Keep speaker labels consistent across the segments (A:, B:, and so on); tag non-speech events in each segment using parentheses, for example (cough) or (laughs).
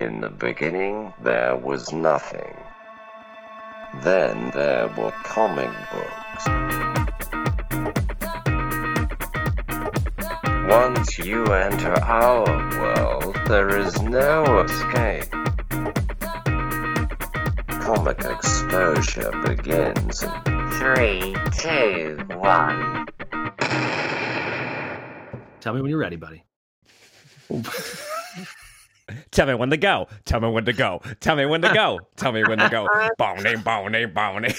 A: In the beginning, there was nothing. Then there were comic books. Once you enter our world, there is no escape. Comic exposure begins in 3, 2, 1.
B: Tell me when you're ready, buddy.
C: Tell me when to go. Tell me when to go. Tell me when to go. Tell me when to
B: (laughs)
C: go. Boney, boney, boney.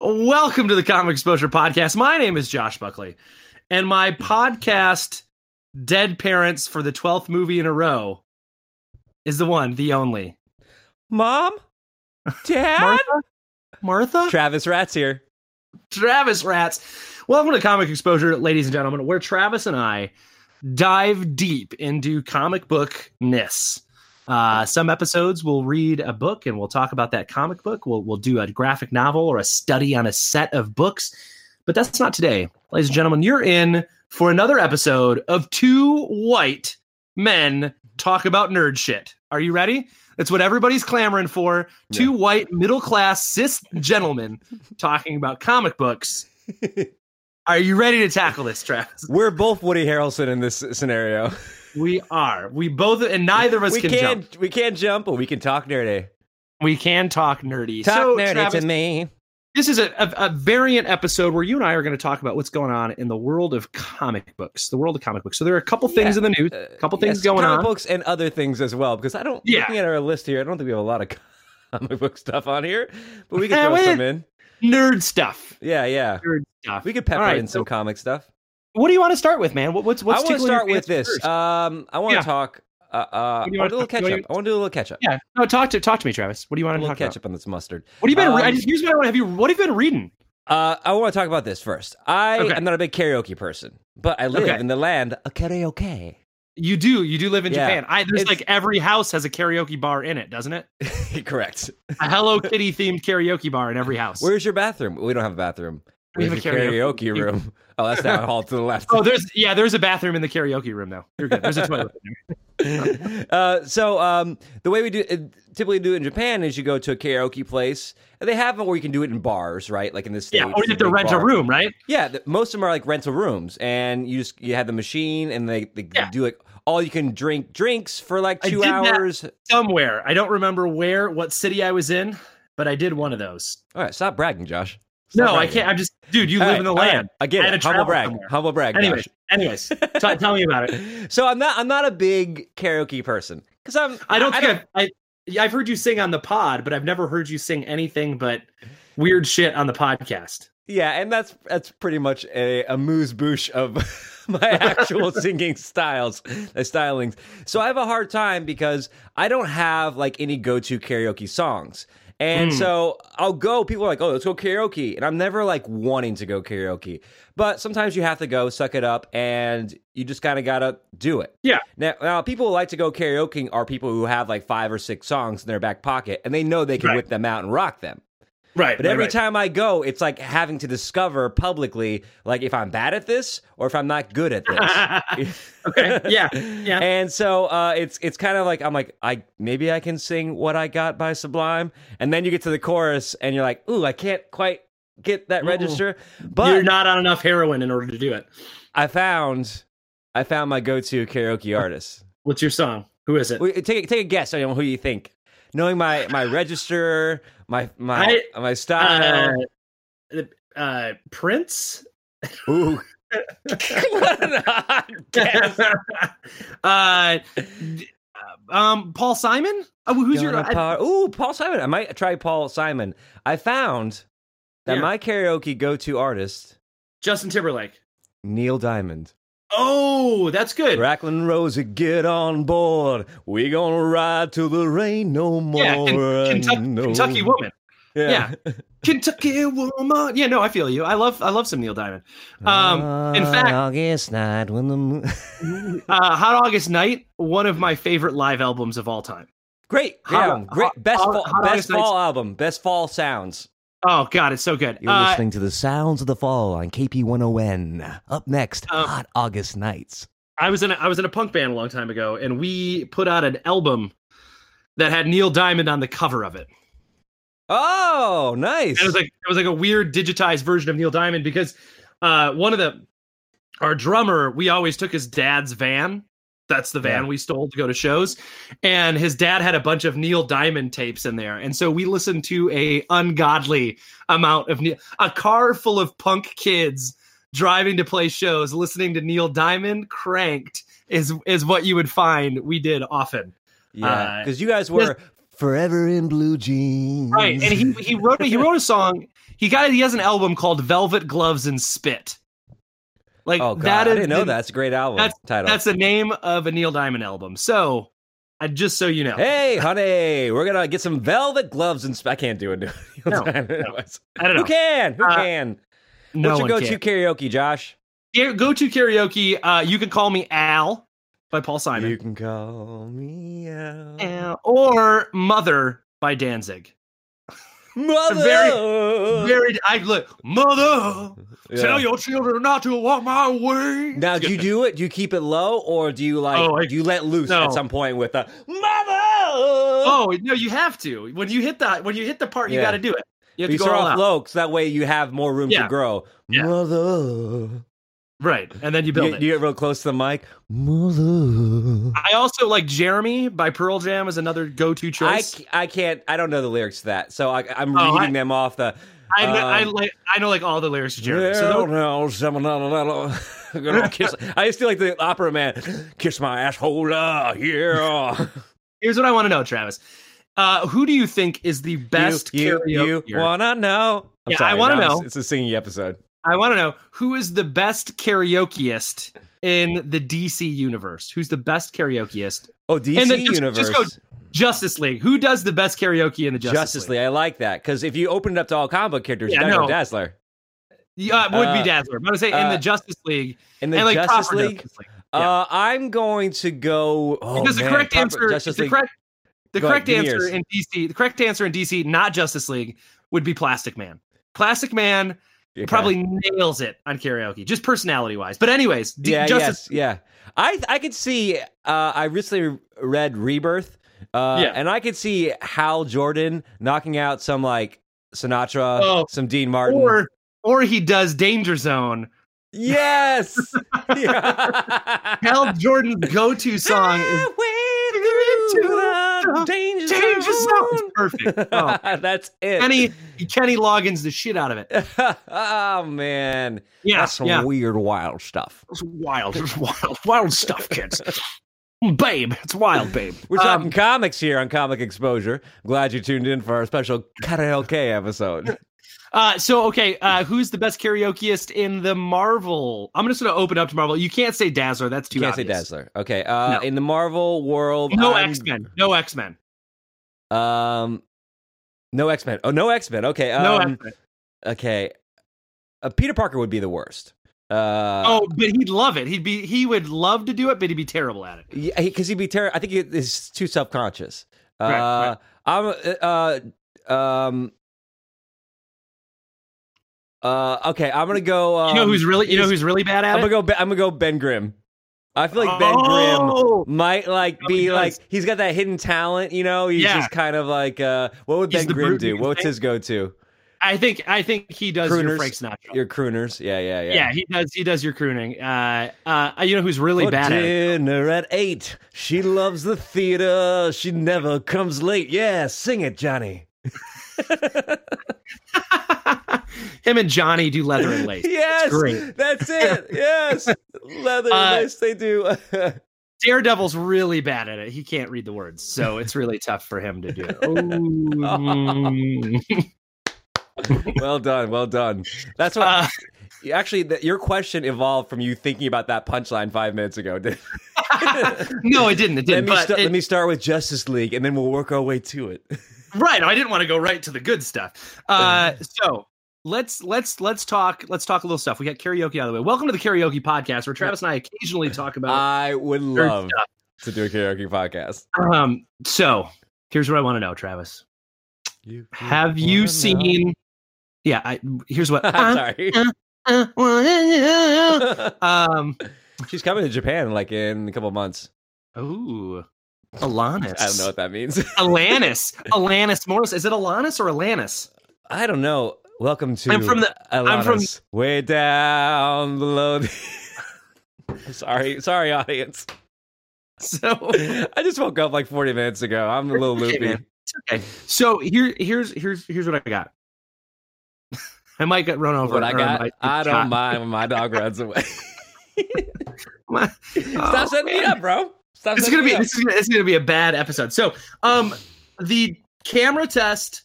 B: Welcome to the Comic Exposure Podcast. My name is Josh Buckley, and my podcast, Dead Parents for the 12th movie in a row, is the one, the only.
C: Mom? Dad?
B: Martha?
C: Travis Rat's here.
B: Travis Rats. Welcome to Comic Exposure, ladies and gentlemen, where Travis and I dive deep into comic book ness. Uh, some episodes we'll read a book and we'll talk about that comic book. We'll we'll do a graphic novel or a study on a set of books, but that's not today, ladies and gentlemen. You're in for another episode of two white men talk about nerd shit. Are you ready? That's what everybody's clamoring for. Two white middle class cis gentlemen talking about comic books. Are you ready to tackle this, Travis?
C: We're both Woody Harrelson in this scenario.
B: We are. We both, and neither of us
C: we
B: can,
C: can't
B: jump.
C: we can't jump, but we can talk nerdy.
B: We can talk nerdy.
C: Talk
B: so,
C: nerdy
B: Travis,
C: to me.
B: this is a, a, a variant episode where you and I are going to talk about what's going on in the world of comic books. The world of comic books. So there are a couple things in the news, a couple things
C: Uh, yes,
B: going
C: comic
B: on.
C: books and other things as well. Because I don't
B: Yeah.
C: looking at our list here, I don't think we have a lot of comic book stuff on here, but we
B: Yeah,
C: can throw
B: we-
C: some in.
B: Nerd stuff.
C: Yeah, yeah.
B: Nerd stuff.
C: We could pepper
B: All right,
C: in some
B: so-
C: comic stuff.
B: What do you want to start with, man? What, what's what's
C: I want to
B: tickling your
C: start with
B: fancy
C: this.
B: first?
C: Um, I want
B: Yeah.
C: to talk. Uh, uh, I
B: What do you
C: want to
B: wanna
C: do a little
B: talk-
C: catch
B: what do
C: up.
B: you-
C: I want to do a little catch up.
B: yeah, no, talk to talk to me, Travis. What do you
C: A
B: want to
C: little
B: talk
C: catch
B: about?
C: up on this mustard.
B: What have you been? I
C: Um,
B: just, here's what I want to have you. What have you been reading?
C: Uh, I want to talk about this first. I
B: Okay.
C: am not a big karaoke person, but I live
B: Okay.
C: in the land
B: (laughs)
C: of karaoke.
B: You do. You do live in
C: Yeah.
B: Japan. I, there's
C: It's-
B: like every house has a karaoke bar in it, doesn't it?
C: Correct.
B: A Hello Kitty themed karaoke bar in every house.
C: Where's your bathroom? We don't have a bathroom.
B: We have
C: Where's
B: a
C: your
B: karaoke
C: karaoke room. (laughs) Oh, that's down the hall to the left.
B: (laughs) oh, there's yeah, there's a bathroom in the karaoke room though. You're good. There's a toilet. in
C: (laughs) uh, so um, the way we do uh, typically do it in Japan is you go to a karaoke place. And they have them where you can do it in bars, right? Like in the
B: there.
C: states.
B: Yeah, or you
C: the
B: have to
C: big
B: rent a
C: bar.
B: room, right?
C: Yeah, th most of them are like rental rooms, and you just you have the machine, and they, they
B: Yeah.
C: do like all you can drink drinks for like
B: I
C: two
B: did that.
C: hours.
B: Somewhere. I don't remember where, what city I was in, but I did one of those.
C: All right, stop bragging, Josh. Stop
B: No, I
C: bragging.
B: can't. I'm just, dude. You
C: All
B: live
C: right,
B: in the
C: all right,
B: land.
C: I get
B: I had
C: it.
B: to
C: Humble
B: travel
C: brag.
B: somewhere.
C: Humble brag.
B: Anyways, anyways, t- tell me about it.
C: Josh. So I'm not I'm not a big karaoke person because I'm
B: I don't think I've, I, I've heard you sing on the pod, but I've never heard you sing anything but weird shit on the podcast.
C: Yeah, and that's that's pretty much a, a moose bouche of (laughs) my
B: (laughs)
C: actual singing styles, uh, stylings. So I have a hard time because I don't have like any go to karaoke songs. And
B: Hmm.
C: so I'll go, people are like, oh, let's go karaoke. And I'm never like wanting to go karaoke. But sometimes you have to go, suck it up, and you just kind of got to do it.
B: Yeah.
C: Now, now, people who like to go karaoke are people who have like five or six songs in their back pocket and they know they can
B: Right.
C: whip them out and rock them.
B: Right.
C: But
B: (laughs)
C: every time I go, it's like having to discover publicly, like if I'm bad at this or if I'm not good at this.
B: (laughs) okay. Yeah. Yeah.
C: And so uh, it's it's kind of like I'm like I maybe I can sing what I got by Sublime, and then you get to the chorus and you're like, ooh, I can't quite get that
B: Mm-mm.
C: register. (laughs) But
B: You're not on enough heroin in order to do it.
C: I found I found my go-to karaoke artist.
B: What's your song? Who is it?
C: Wait, take a- take a guess on who you think, knowing my my register, my my my style.
B: uh, uh, Prince.
C: Ooh. (laughs) what an odd guess.
B: (laughs) uh, d- um, Paul Simon. Oh, who's your?
C: Gonna
B: I-
C: par- Ooh, Paul Simon. I might try Paul Simon. I found that
B: Yeah.
C: my karaoke go-to artist,
B: Justin Timberlake.
C: Neil Diamond.
B: Oh, that's good.
C: Racklin Rosie, get on board. We gonna ride till the rain no more.
B: Yeah, Ken- Kentucky,
C: no.
B: Kentucky woman.
C: Yeah.
B: Kentucky woman. Yeah, no, I feel you. I love I love some Neil Diamond. Um, in
C: On
B: fact-
C: Ah, August night when the moon... Ah.
B: Uh, Hot August Night, one of my favorite live albums of all time.
C: great, great,
B: Hot-
C: album. great,
B: hot-
C: best,
B: hot-
C: fall,
B: hot
C: best
B: August Nights-
C: fall album, best fall sounds.
B: Oh God, it's so good. Uh,
C: listening to the sounds of the fall on KP101. Up next,
B: Um,
C: Hot August Nights.
B: I was in a, I was in a punk band a long time ago, and we put out an album that had Neil Diamond on the cover of it.
C: Oh, nice.
B: And it was like it was like a weird digitized version of Neil Diamond because uh, one of the our drummer we always took his dad's van. That's the van
C: Yeah.
B: we stole to go to shows, and his dad had a bunch of Neil Diamond tapes in there, and so we listened to a ungodly amount of Neil, a car full of punk kids driving to play shows, listening to Neil Diamond cranked is is what you would find we did often.
C: yeah,
B: uh,
C: because you guys were forever in blue jeans.
B: Right, and he he wrote
C: (laughs)
B: a, he wrote a song. He got he has an album called Velvet Gloves and Spit. Like
C: oh god,
B: that
C: I
B: is-
C: didn't know that. That's a great album title.
B: That's the name of a Neil Diamond album. So, I just so you know,
C: Hey, honey, we're gonna get some velvet gloves and sp- I can't do it. (laughs)
B: No, I don't know.
C: Who can? Who
B: Uh,
C: can?
B: no
C: What's
B: one
C: your go-to
B: can.
C: karaoke, Josh?
B: Here, Go to karaoke. Uh, you can call me Al by Paul Simon,
C: You can call me out.
B: Al, or Mother by Danzig.
C: Mother.
B: Very, I look, Mother,
C: Uh. Yeah.
B: tell your children not to walk my way.
C: Now, do you do it? Do you keep it low, or do you like?
B: Oh, I-
C: do you let loose
B: No.
C: at some point with a mother?
B: Oh no, you have to when you hit the when you hit the part, you
C: Yeah.
B: got to do it. You have to
C: you
B: go
C: start
B: all
C: off
B: out.
C: low, because that way you have more room
B: Yeah.
C: to grow.
B: Yeah.
C: Mother.
B: Right. And then you
C: You
B: build
C: get,
B: it.
C: you get real close to the mic. Mother.
B: I also like Jeremy by Pearl Jam is another go-to
C: I,
B: choice.
C: c- I can't. I don't know the lyrics to that, so I, I'm
B: Oh,
C: reading
B: I-
C: them off the.
B: I, kn-
C: um,
B: I like I know like all the lyrics to Jeremy. so
C: Well,
B: those-
C: now, someone- no, no, no, (laughs) no. I'm gonna
B: (laughs)
C: kiss- I used to like the opera man. Kiss my asshole, uh,
B: (laughs)
C: yeah.
B: here's what I want to know, Travis. Uh, who do you think is the best
C: you, you,
B: karaoke?
C: you wanna know? I'm
B: Yeah, I
C: sorry,
B: wanna
C: now
B: know.
C: It's, it's a singing episode.
B: I want to know who is the best karaokeist in the DC universe. Who's the best karaokeist?
C: Oh, DC
B: And then just-
C: universe.
B: just go Justice League. Who does the best karaoke in the Justice,
C: Justice, League. I like that because if you open it up to all comic book characters,
B: Yeah,
C: you gotta
B: no.
C: go Dazzler.
B: Yeah, it would
C: Uh,
B: be Dazzler. But I would say in
C: uh,
B: the Justice League
C: In the
B: and like
C: Justice
B: proper
C: League,
B: Justice League.
C: uh, I'm going to go. Oh,
B: because the
C: man,
B: correct
C: proper
B: answer,
C: Justice
B: the
C: League.
B: correct, the
C: Go ahead,
B: correct
C: give me
B: answer
C: yours.
B: in DC, the correct answer in DC, not Justice League, would be Plastic Man. Plastic Man
C: Okay.
B: probably nails it on karaoke, just personality wise. But anyways, D-
C: yeah,
B: Justice,
C: yes, yeah. I I could see. Uh, I recently read Rebirth, uh,
B: Yeah.
C: and I could see Hal Jordan knocking out some like Sinatra,
B: Oh.
C: some Dean Martin.
B: or or he does Danger Zone. (laughs)
C: yes, (laughs)
B: Hal Jordan's go-to song is
C: Highway through the danger
B: Danger Zone. It's
C: zone. (laughs)
B: perfect. Oh.
C: That's it.
B: Kenny Kenny Loggins the shit out of it.
C: (laughs) oh man,
B: Yeah,
C: that's some
B: yeah.
C: weird, wild stuff.
B: It's wild, it's wild, wild stuff,
C: (laughs)
B: kids. babe, it's wild, babe.
C: We're
B: Um,
C: talking comics here on Comic Exposure. I'm glad you tuned in for our special karaoke episode.
B: Uh, so okay, uh, who's the best karaokeist in the Marvel? I'm just gonna open up to Marvel. You can't say Dazzler. That's too.
C: You can't say
B: obvious.
C: Dazzler. Okay. Uh,
B: No.
C: In the Marvel world,
B: No
C: I'm-
B: X Men. No X Men.
C: Um, no X Men. Oh, no X Men. Okay. Um,
B: No X Men.
C: Okay. Uh, Peter Parker would be the worst. Uh,
B: Oh, but he'd love it. He'd be. He would love to do it, but he'd be terrible at it.
C: yeah, because he'd be terrible. I think he is too self conscious. Uh,
B: Right, right.
C: I'm. Uh, um. Uh, okay, I'm gonna go. Um,
B: You know who's really. You know
C: is-
B: who's really bad at
C: I'm
B: it.
C: gonna go. Ben- I'm gonna go Ben Grimm. I feel like Ben Grimm
B: Oh!
C: might like
B: No, he
C: be
B: does.
C: like he's got that hidden talent, you know. He's
B: Yeah.
C: just kind of like uh what would
B: He's
C: Ben
B: the
C: Grimm
B: brute you
C: do?
B: can
C: What's
B: sing.
C: his go to?
B: I think. I think he does your
C: Crooners.
B: Frank Sinatra.
C: Your crooners. Yeah, yeah, yeah.
B: yeah. he does. He does your crooning. Uh, uh, you know who's really
C: For
B: bad at it.
C: dinner at eight. She loves the theater. She never comes late. Yeah, sing it, Johnny.
B: (laughs) Him and Johnny do leather and
C: (laughs)
B: lace.
C: Yes,
B: great. (laughs)
C: that's it. Yes, leather.
B: Uh,
C: yes, they do. (laughs)
B: Daredevil's really bad at it. He can't read the words, so it's really tough for him to do.
C: (laughs)
B: Ooh.
C: well done, well done. That's what.
B: Uh,
C: actually, that your question evolved from you thinking about that punchline five minutes ago. (laughs) didn't
B: no, it didn't. It
C: let
B: didn't.
C: me
B: But
C: sta-
B: it-
C: let me start with Justice League, and then we'll work our way to it. (laughs)
B: right, I didn't want to go right to the good stuff. Uh, so let's let's let's talk let's talk a little stuff. We got karaoke out of the way. Welcome to the karaoke podcast, where Travis and I
C: (laughs)
B: occasionally talk about
C: I would
B: nerd
C: love to do a karaoke podcast.
B: stuff. Um, so here's what I want to know, Travis. Have you
C: (laughs)
B: seen? Uh, Yeah, I, here's what.
C: I'm sorry.
B: uh. I wanna know. Um,
C: (laughs) She's coming to Japan like in a couple of months.
B: Ooh. Alanis.
C: I don't know what that means. (laughs)
B: Alanis. Alanis Morris. Is it Alanis or Alanis?
C: I don't know. Welcome to.
B: I'm from the- I'm from-
C: Alanis. way down below. The... (laughs) I'm sorry, sorry, audience. (laughs)
B: So
C: I just woke up like 40 minutes ago. I'm a little
B: Okay,
C: loopy.
B: man. okay. So here here's here's here's what I got. I might get run over.
C: What I
B: or
C: got,
B: might get
C: I don't
B: shot.
C: mind when my dog runs away.
B: My-
C: Stop setting me
B: man.
C: up, bro. Stop.
B: It's
C: setting
B: gonna
C: me
B: be
C: up.
B: this is gonna, it's gonna be a bad episode. So um the camera test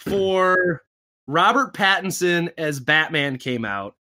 B: for Robert Pattinson as Batman came out.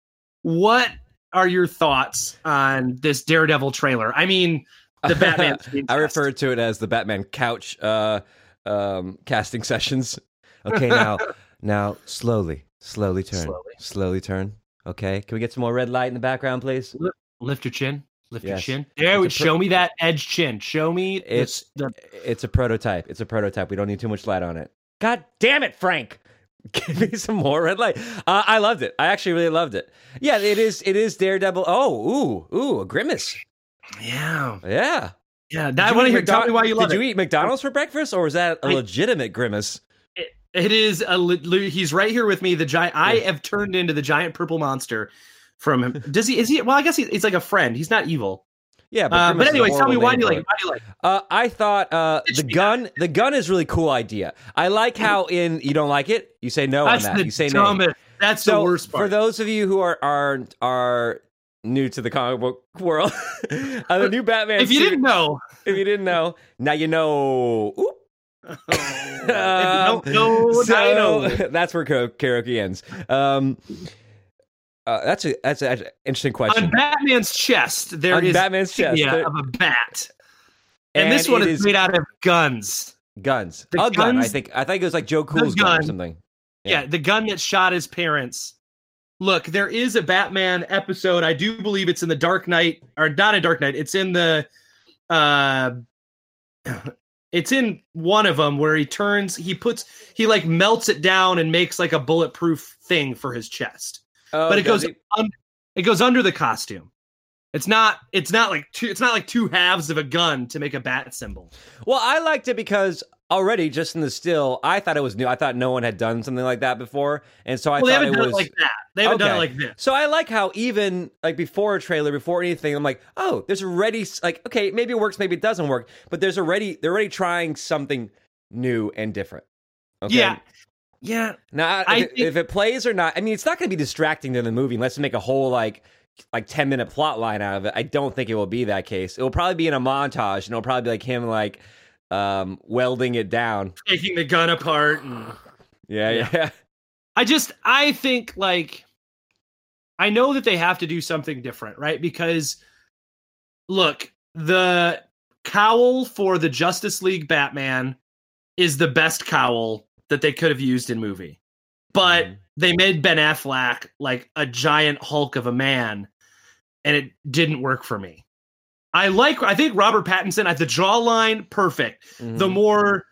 B: What are your thoughts on this Daredevil trailer? I mean, the
C: (laughs)
B: Batman. screen
C: I
B: test.
C: refer to it as the Batman couch uh, um, casting sessions. Okay, (laughs) now, now, slowly, slowly turn, slowly.
B: Slowly.
C: turn. Okay, can we get some more red light in the background, please?
B: Lift your chin. Lift your
C: Yes.
B: chin. There,
C: It's
B: we
C: a
B: show me that edge chin. Show me
C: It's-
B: it's the
C: It's a prototype. It's a prototype. We don't need too much light on it. God damn it, Frank! (laughs) Give me some more red light. Uh, I loved it. I actually really loved it. Yeah, it is. It is Daredevil. Oh, ooh, ooh, a grimace.
B: yeah
C: Yeah.
B: yeah.
C: Did
B: That, I
C: you
B: want
C: eat
B: to hear. Tell
C: McDo-
B: me why you love
C: Did
B: it.
C: you eat McDonald's for breakfast, or was that a
B: I-
C: legitimate grimace?
B: It is a. li- li- He's right here with me. The giant. I have turned into the giant purple monster from him. Does he? Is he? Well, I guess he, he's like a friend. He's not evil.
C: Yeah, but,
B: Uh,
C: grimace
B: but
C: is a
B: anyway, tell me
C: horrible
B: why
C: name
B: do you
C: for
B: like?
C: it.
B: It? Why do you like? it?
C: Uh, I thought uh,
B: Bitch
C: the
B: me
C: gun the gun is really cool idea. I
B: (laughs)
C: like how in you don't like it, you say no
B: That's
C: on that.
B: the
C: You say no.
B: dumbest. That's
C: so
B: the worst part.
C: for those of you who are are are new to the comic book world, (laughs) uh, the new Batman.
B: if you
C: suit-
B: didn't
C: (laughs)
B: know,
C: if you didn't know, now you know. Oop. Um,
B: if you don't know, now you
C: Oh, (laughs) so
B: know.
C: that's where ka- karaoke ends. Um, uh, that's a that's an interesting question.
B: on Batman's chest there
C: On
B: is
C: Batman's chest,
B: insignia
C: there-
B: of a bat, and, this
C: it
B: one is
C: is
B: made out of guns.
C: guns. A
B: the
C: gun. I
B: guns-
C: think I think it was like Joe Cool's gun or
B: gun.
C: something. Yeah.
B: yeah. the gun that shot his parents. Look, there is a Batman episode. I do believe it's in the Dark Knight, or not in Dark Knight. It's in the, uh, (clears throat) it's in one of them where he turns, he puts, he like melts it down and makes like a bulletproof thing for his chest.
C: Oh,
B: but it goes,
C: does he?
B: un- it goes under the costume. It's not, it's not like two, it's not like two halves of a gun to make a bat symbol.
C: Well, I liked it because already just in the still, I thought it was new. I thought no one had done something like that before, and so I
B: well, they
C: thought
B: haven't
C: it
B: done
C: was.
B: it like that. They haven't done
C: Okay.
B: it like this.
C: so I like how even like before a trailer, before anything, I'm like, oh, there's already s- like okay, maybe it works, maybe it doesn't work, but there's already they're already trying something new and different. Okay?
B: Yeah. Yeah.
C: Now,
B: I
C: if, it,
B: think-
C: if it plays or not, I mean, it's not going to be distracting to the movie unless they make a whole like like ten minute plot line out of it. I don't think it will be that case. It will probably be in a montage, and it'll probably be like him like um welding it down.
B: Taking the gun apart and
C: Yeah, yeah. (laughs)
B: Yeah. I just I think like I know that they have to do something different, right? Because look, the cowl for the Justice League Batman is the best cowl that they could have used in movie. But
C: Mhm.
B: they made Ben Affleck like a giant hulk of a man and it didn't work for me. I like I think Robert Pattinson at the jawline perfect the
C: Mhm.
B: more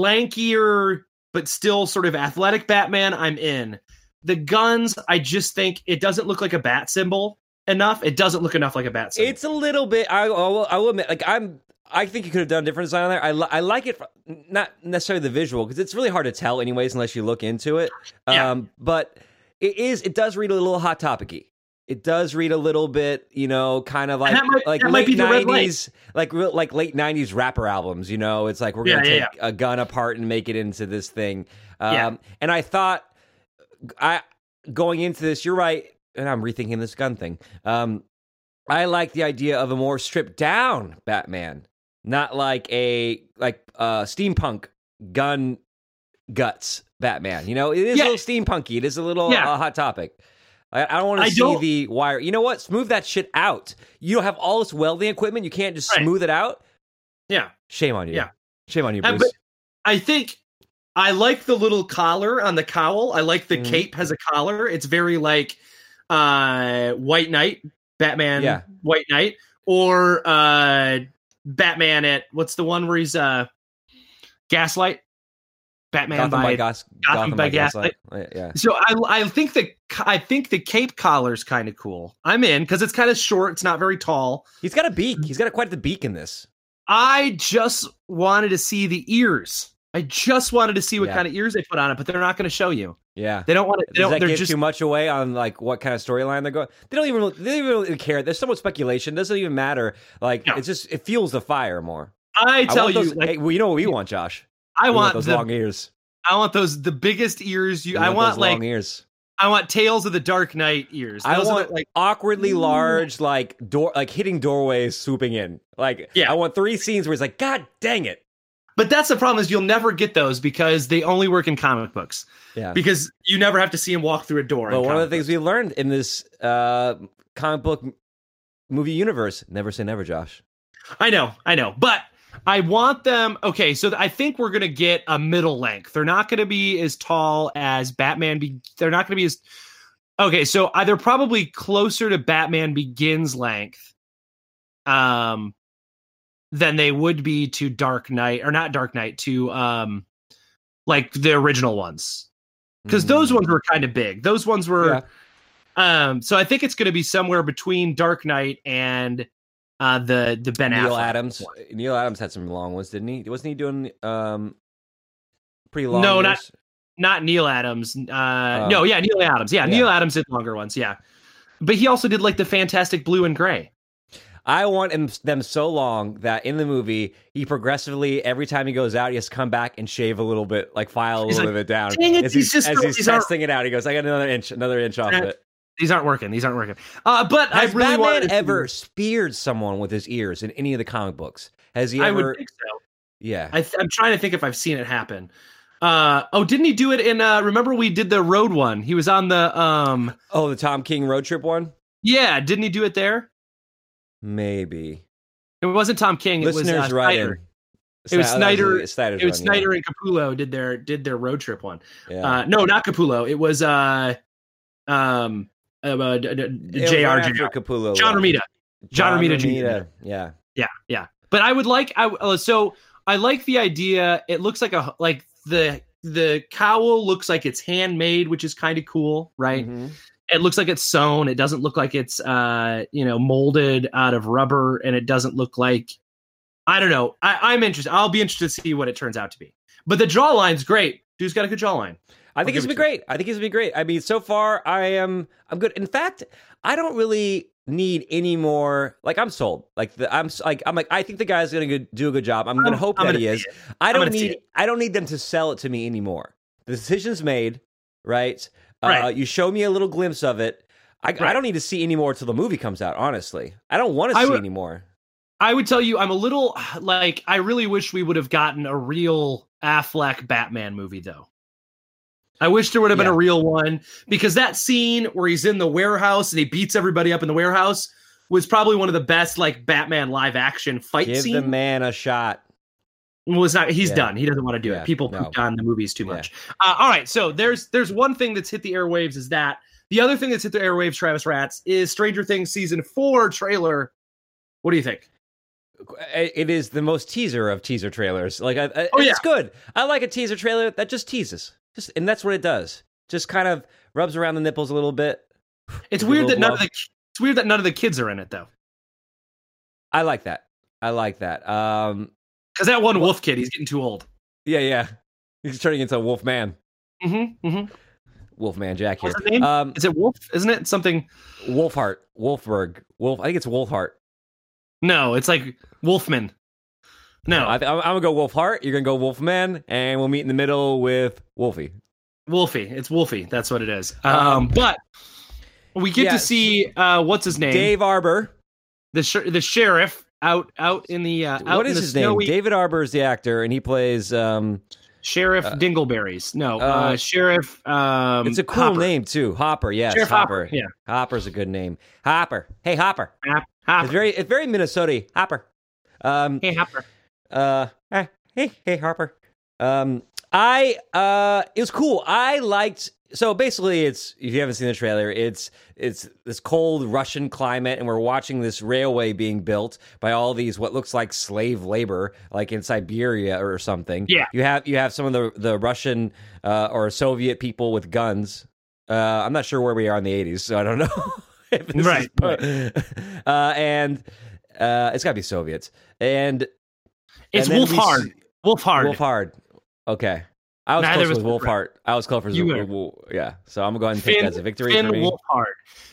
B: lankier but still sort of athletic Batman I'm in. The guns, I just think it doesn't look like a bat symbol enough. It doesn't look enough like a bat symbol.
C: it's a little bit. I, I will, I will admit, like I'm. I think you could have done a different design on there. I, li- I like it, for, not necessarily the visual, because it's really hard to tell, anyways, unless you look into it.
B: Yeah.
C: Um, but it is. It does read a little hot topicy. It does read a little bit, you know, kind of like
B: that might-
C: like
B: that
C: late
B: might be the red light.
C: '90s, like real, like late '90s rapper albums. You know, it's like we're gonna
B: Yeah, yeah,
C: take a gun apart and make it into this thing. Um,
B: Yeah.
C: And I thought, I going into this, you're right, and I'm rethinking this gun thing. Um, I like the idea of a more stripped down Batman, not like a like uh steampunk gun guts Batman. You know, it is
B: Yeah.
C: a little steampunky. It is a little
B: Yeah.
C: uh, hot topic. I, I don't want
B: I
C: to see
B: don't-
C: the wire. You know what? Smooth that shit out. You don't have all this welding equipment. You can't just
B: Right.
C: smooth it out.
B: Yeah.
C: Shame on you.
B: Yeah.
C: Shame on you,
B: And-
C: Bruce.
B: I think I like the little collar on the cowl. I like the
C: Mhm.
B: cape has a collar. It's very like uh White Knight, Batman
C: Yeah.
B: White Knight, or uh Batman at what's the one where he's uh Gaslight? Batman
C: Gotham by,
B: by
C: Gos-
B: Gotham
C: Gotham
B: by
C: by
B: Gaslight.
C: Gaslight. Yeah.
B: So I I think the I think the cape collar's kind of cool. I'm in because it's kind of short. It's not very tall.
C: He's got a beak. He's got a, quite the beak in this.
B: I just wanted to see the ears. I just wanted to see what
C: Yeah.
B: kind of ears they put on it, but they're not going to show you.
C: Yeah.
B: They don't want to. They
C: Does
B: don't,
C: that
B: they're
C: give
B: just
C: too much away on like what kind of storyline they're going? They don't even really- they don't even really care. There's so much speculation. It doesn't even matter. Like
B: No.
C: it's just it fuels the fire more.
B: I tell
C: want
B: you,
C: those,
B: like,
C: hey, well, you know what we want, Josh.
B: I
C: We
B: want,
C: those
B: the,
C: long ears.
B: I want those the biggest ears. You,
C: We
B: I want
C: those
B: like,
C: long ears.
B: I want Tales of the Dark Knight ears.
C: I
B: Those are the,
C: want
B: like,
C: like awkwardly
B: Ooh.
C: large, like door, like hitting doorways, swooping in. Like
B: Yeah.
C: I want three scenes where he's like, God dang it.
B: but that's the problem is you'll never get those because they only work in comic books
C: Yeah.
B: because you never have to see him walk through a door. in
C: But one of
B: comic
C: the things we learned in this uh, comic book m- movie universe, never say never, Josh.
B: I know, I know, but I want them. Okay, so I think we're gonna get a middle length. They're not gonna be as tall as Batman. Be- they're not gonna be as. Okay, so uh, they're probably closer to Batman Begins length, um, than they would be to Dark Knight or not Dark Knight to um, like the original ones because those
C: Mm.
B: ones were kind of big. Those ones were.
C: Yeah.
B: Um, so I think it's going to be somewhere between Dark Knight and uh, the the Ben
C: Neil
B: Affleck
C: Adams.
B: one.
C: Neil Adams had some long ones, didn't he? Wasn't he doing um pretty long?
B: No, not-
C: years?
B: Not Neil Adams. Uh,
C: Oh.
B: no, yeah, Neil Adams. Yeah,
C: Yeah.
B: Neil Adams did longer ones. Yeah, but he also did like the Fantastic Blue and Gray.
C: I want him, them so long that in the movie he progressively every time he goes out he has to come back and shave a little bit, like file a
B: He's
C: little bit down.
B: "Dang it,
C: as
B: these
C: he's, as
B: just-
C: he's
B: these aren't-
C: testing it out, he goes, "I got another inch, another inch off of it."
B: These aren't working. These aren't working. Uh, but I
C: Has
B: really wanted
C: Batman
B: to see-
C: ever speared someone with his ears in any of the comic books? Has he
B: I
C: ever?
B: would think so.
C: yeah,
B: I th- I'm trying to think if I've seen it happen. Uh, oh, didn't he do it in? Uh, remember we did the road one. He was on the. um
C: Oh, the Tom King road trip one?
B: Yeah, didn't he do it there?
C: Maybe.
B: It wasn't Tom King.
C: Listeners
B: it was uh,
C: write
B: Snyder.
C: in.
B: It was
C: Sni-
B: Snyder-
C: that was Snyder's
B: It was
C: one,
B: Snyder and Capullo did their did their road trip one.
C: Yeah. yeah.
B: Uh, no, not Capullo. It was uh, um, uh, uh, d- d-
C: It was right
B: JR.
C: after Capullo.
B: John
C: one.
B: Romita. John Romita Jr.
C: Yeah.
B: But I would like I uh, so I like the idea. It looks like a like the the cowl looks like it's handmade, which is kind of cool, right?
C: Mhm.
B: It looks like it's sewn. It doesn't look like it's uh you know molded out of rubber, and it doesn't look like I don't know. I, I'm interested. I'll be interested to see what it turns out to be. But the jawline's great. Dude's got a good jawline.
C: I
B: I'll
C: think it's
B: give
C: gonna
B: it
C: be great. I think it's gonna be great. I mean, so far I am I'm good. In fact, I don't really need any more. Like I'm sold. Like the, I'm s- like I'm like I think the guy's gonna go- do a good job. I'm gonna
B: I'm-
C: hope
B: I'm
C: that
B: gonna
C: he
B: see
C: is. I don't
B: gonna see
C: need I don't need them to sell it to me anymore. The decision's made, right? Uh,
B: Right.
C: you show me a little glimpse of it. I, I
B: Right.
C: don't need to see any more till the movie comes out. Honestly, I don't want to
B: I
C: see
B: would-
C: any more.
B: I would tell you, I'm a little (sighs) like I really wish we would have gotten a real Affleck Batman movie though. I wish there would have been
C: Yeah.
B: a real one because that scene where he's in the warehouse and he beats everybody up in the warehouse was probably one of the best like Batman live action fight
C: Give the
B: scenes.
C: man a shot.
B: was not he's
C: Yeah.
B: done. He doesn't want to do
C: Yeah,
B: it. People
C: no.
B: pooped on the movies too
C: Yeah.
B: much. Uh, all right, so there's there's one thing that's hit the airwaves is that the other thing that's hit the airwaves, Travis Rats, is Stranger Things season four trailer. What do you think?
C: It is the most teaser of teaser trailers. Like, I, I,
B: Oh, yeah.
C: it's good. I like a teaser trailer that just teases, just and that's what it does. Just kind of rubs around the nipples a little bit.
B: It's
C: With a
B: weird
C: little
B: that none of
C: glove.
B: the it's weird that none of the kids are in it though,
C: I like that. I like that. Um,
B: because that one wolf kid he's getting too old.
C: yeah, yeah. (laughs) He's turning into a wolf man.
B: Mm-hmm, mm-hmm.
C: Wolfman Jack here.
B: What's his name?
C: Um,
B: Is it wolf? Isn't it something?
C: Wolfhart, Wolfberg, Wolf. I think it's Wolfhart.
B: No, it's like Wolfman. No,
C: I, th- I'm, I'm gonna go Wolfhart. You're gonna go Wolfman, and we'll meet in the middle with Wolfie.
B: Wolfie. It's Wolfie. That's what it is. Um, but we get
C: Oh. yeah,
B: to see uh, what's his name?
C: Dave Arbor.
B: the sh- the sheriff out out in the uh, out
C: what
B: in
C: is
B: the
C: his
B: snowy
C: name? David Arbor is the actor, and he plays. Um,
B: sheriff
C: Uh,
B: Dingleberries. No, uh,
C: uh,
B: sheriff. Um,
C: it's a cool
B: Hopper.
C: name too. Hopper, yes,
B: Sheriff Hopper. Yeah,
C: Hopper's a good name. Hopper. Hey, Hopper.
B: Hop-
C: It's
B: Hopper.
C: very it's very Minnesota. Hopper. Um
B: Hey, Hopper.
C: uh eh, hey hey Harper. Um, I uh, it was cool. I liked. So basically, it's if you haven't seen the trailer, it's it's this cold Russian climate, and we're watching this railway being built by all these what looks like slave labor, like in Siberia or something.
B: Yeah.
C: you have you have some of the the Russian uh, or Soviet people with guns. Uh, I'm not sure where we are in the '80s, so I don't know. (laughs) if this is
B: Right,
C: po- (laughs) uh, and uh, it's got to be Soviets, and
B: It's
C: and then
B: Wolf
C: we
B: Hard.
C: see-
B: Wolf Hard.
C: Wolf Hard. Okay. I was
B: Neither
C: close
B: was
C: with Wolf
B: Wolfhard.
C: Hart. I was close with
B: You
C: Wolf,
B: were.
C: Wolf- Yeah. So I'm going to go ahead and take
B: Finn-
C: that as a victory
B: Finn
C: for me.
B: Wolfhard.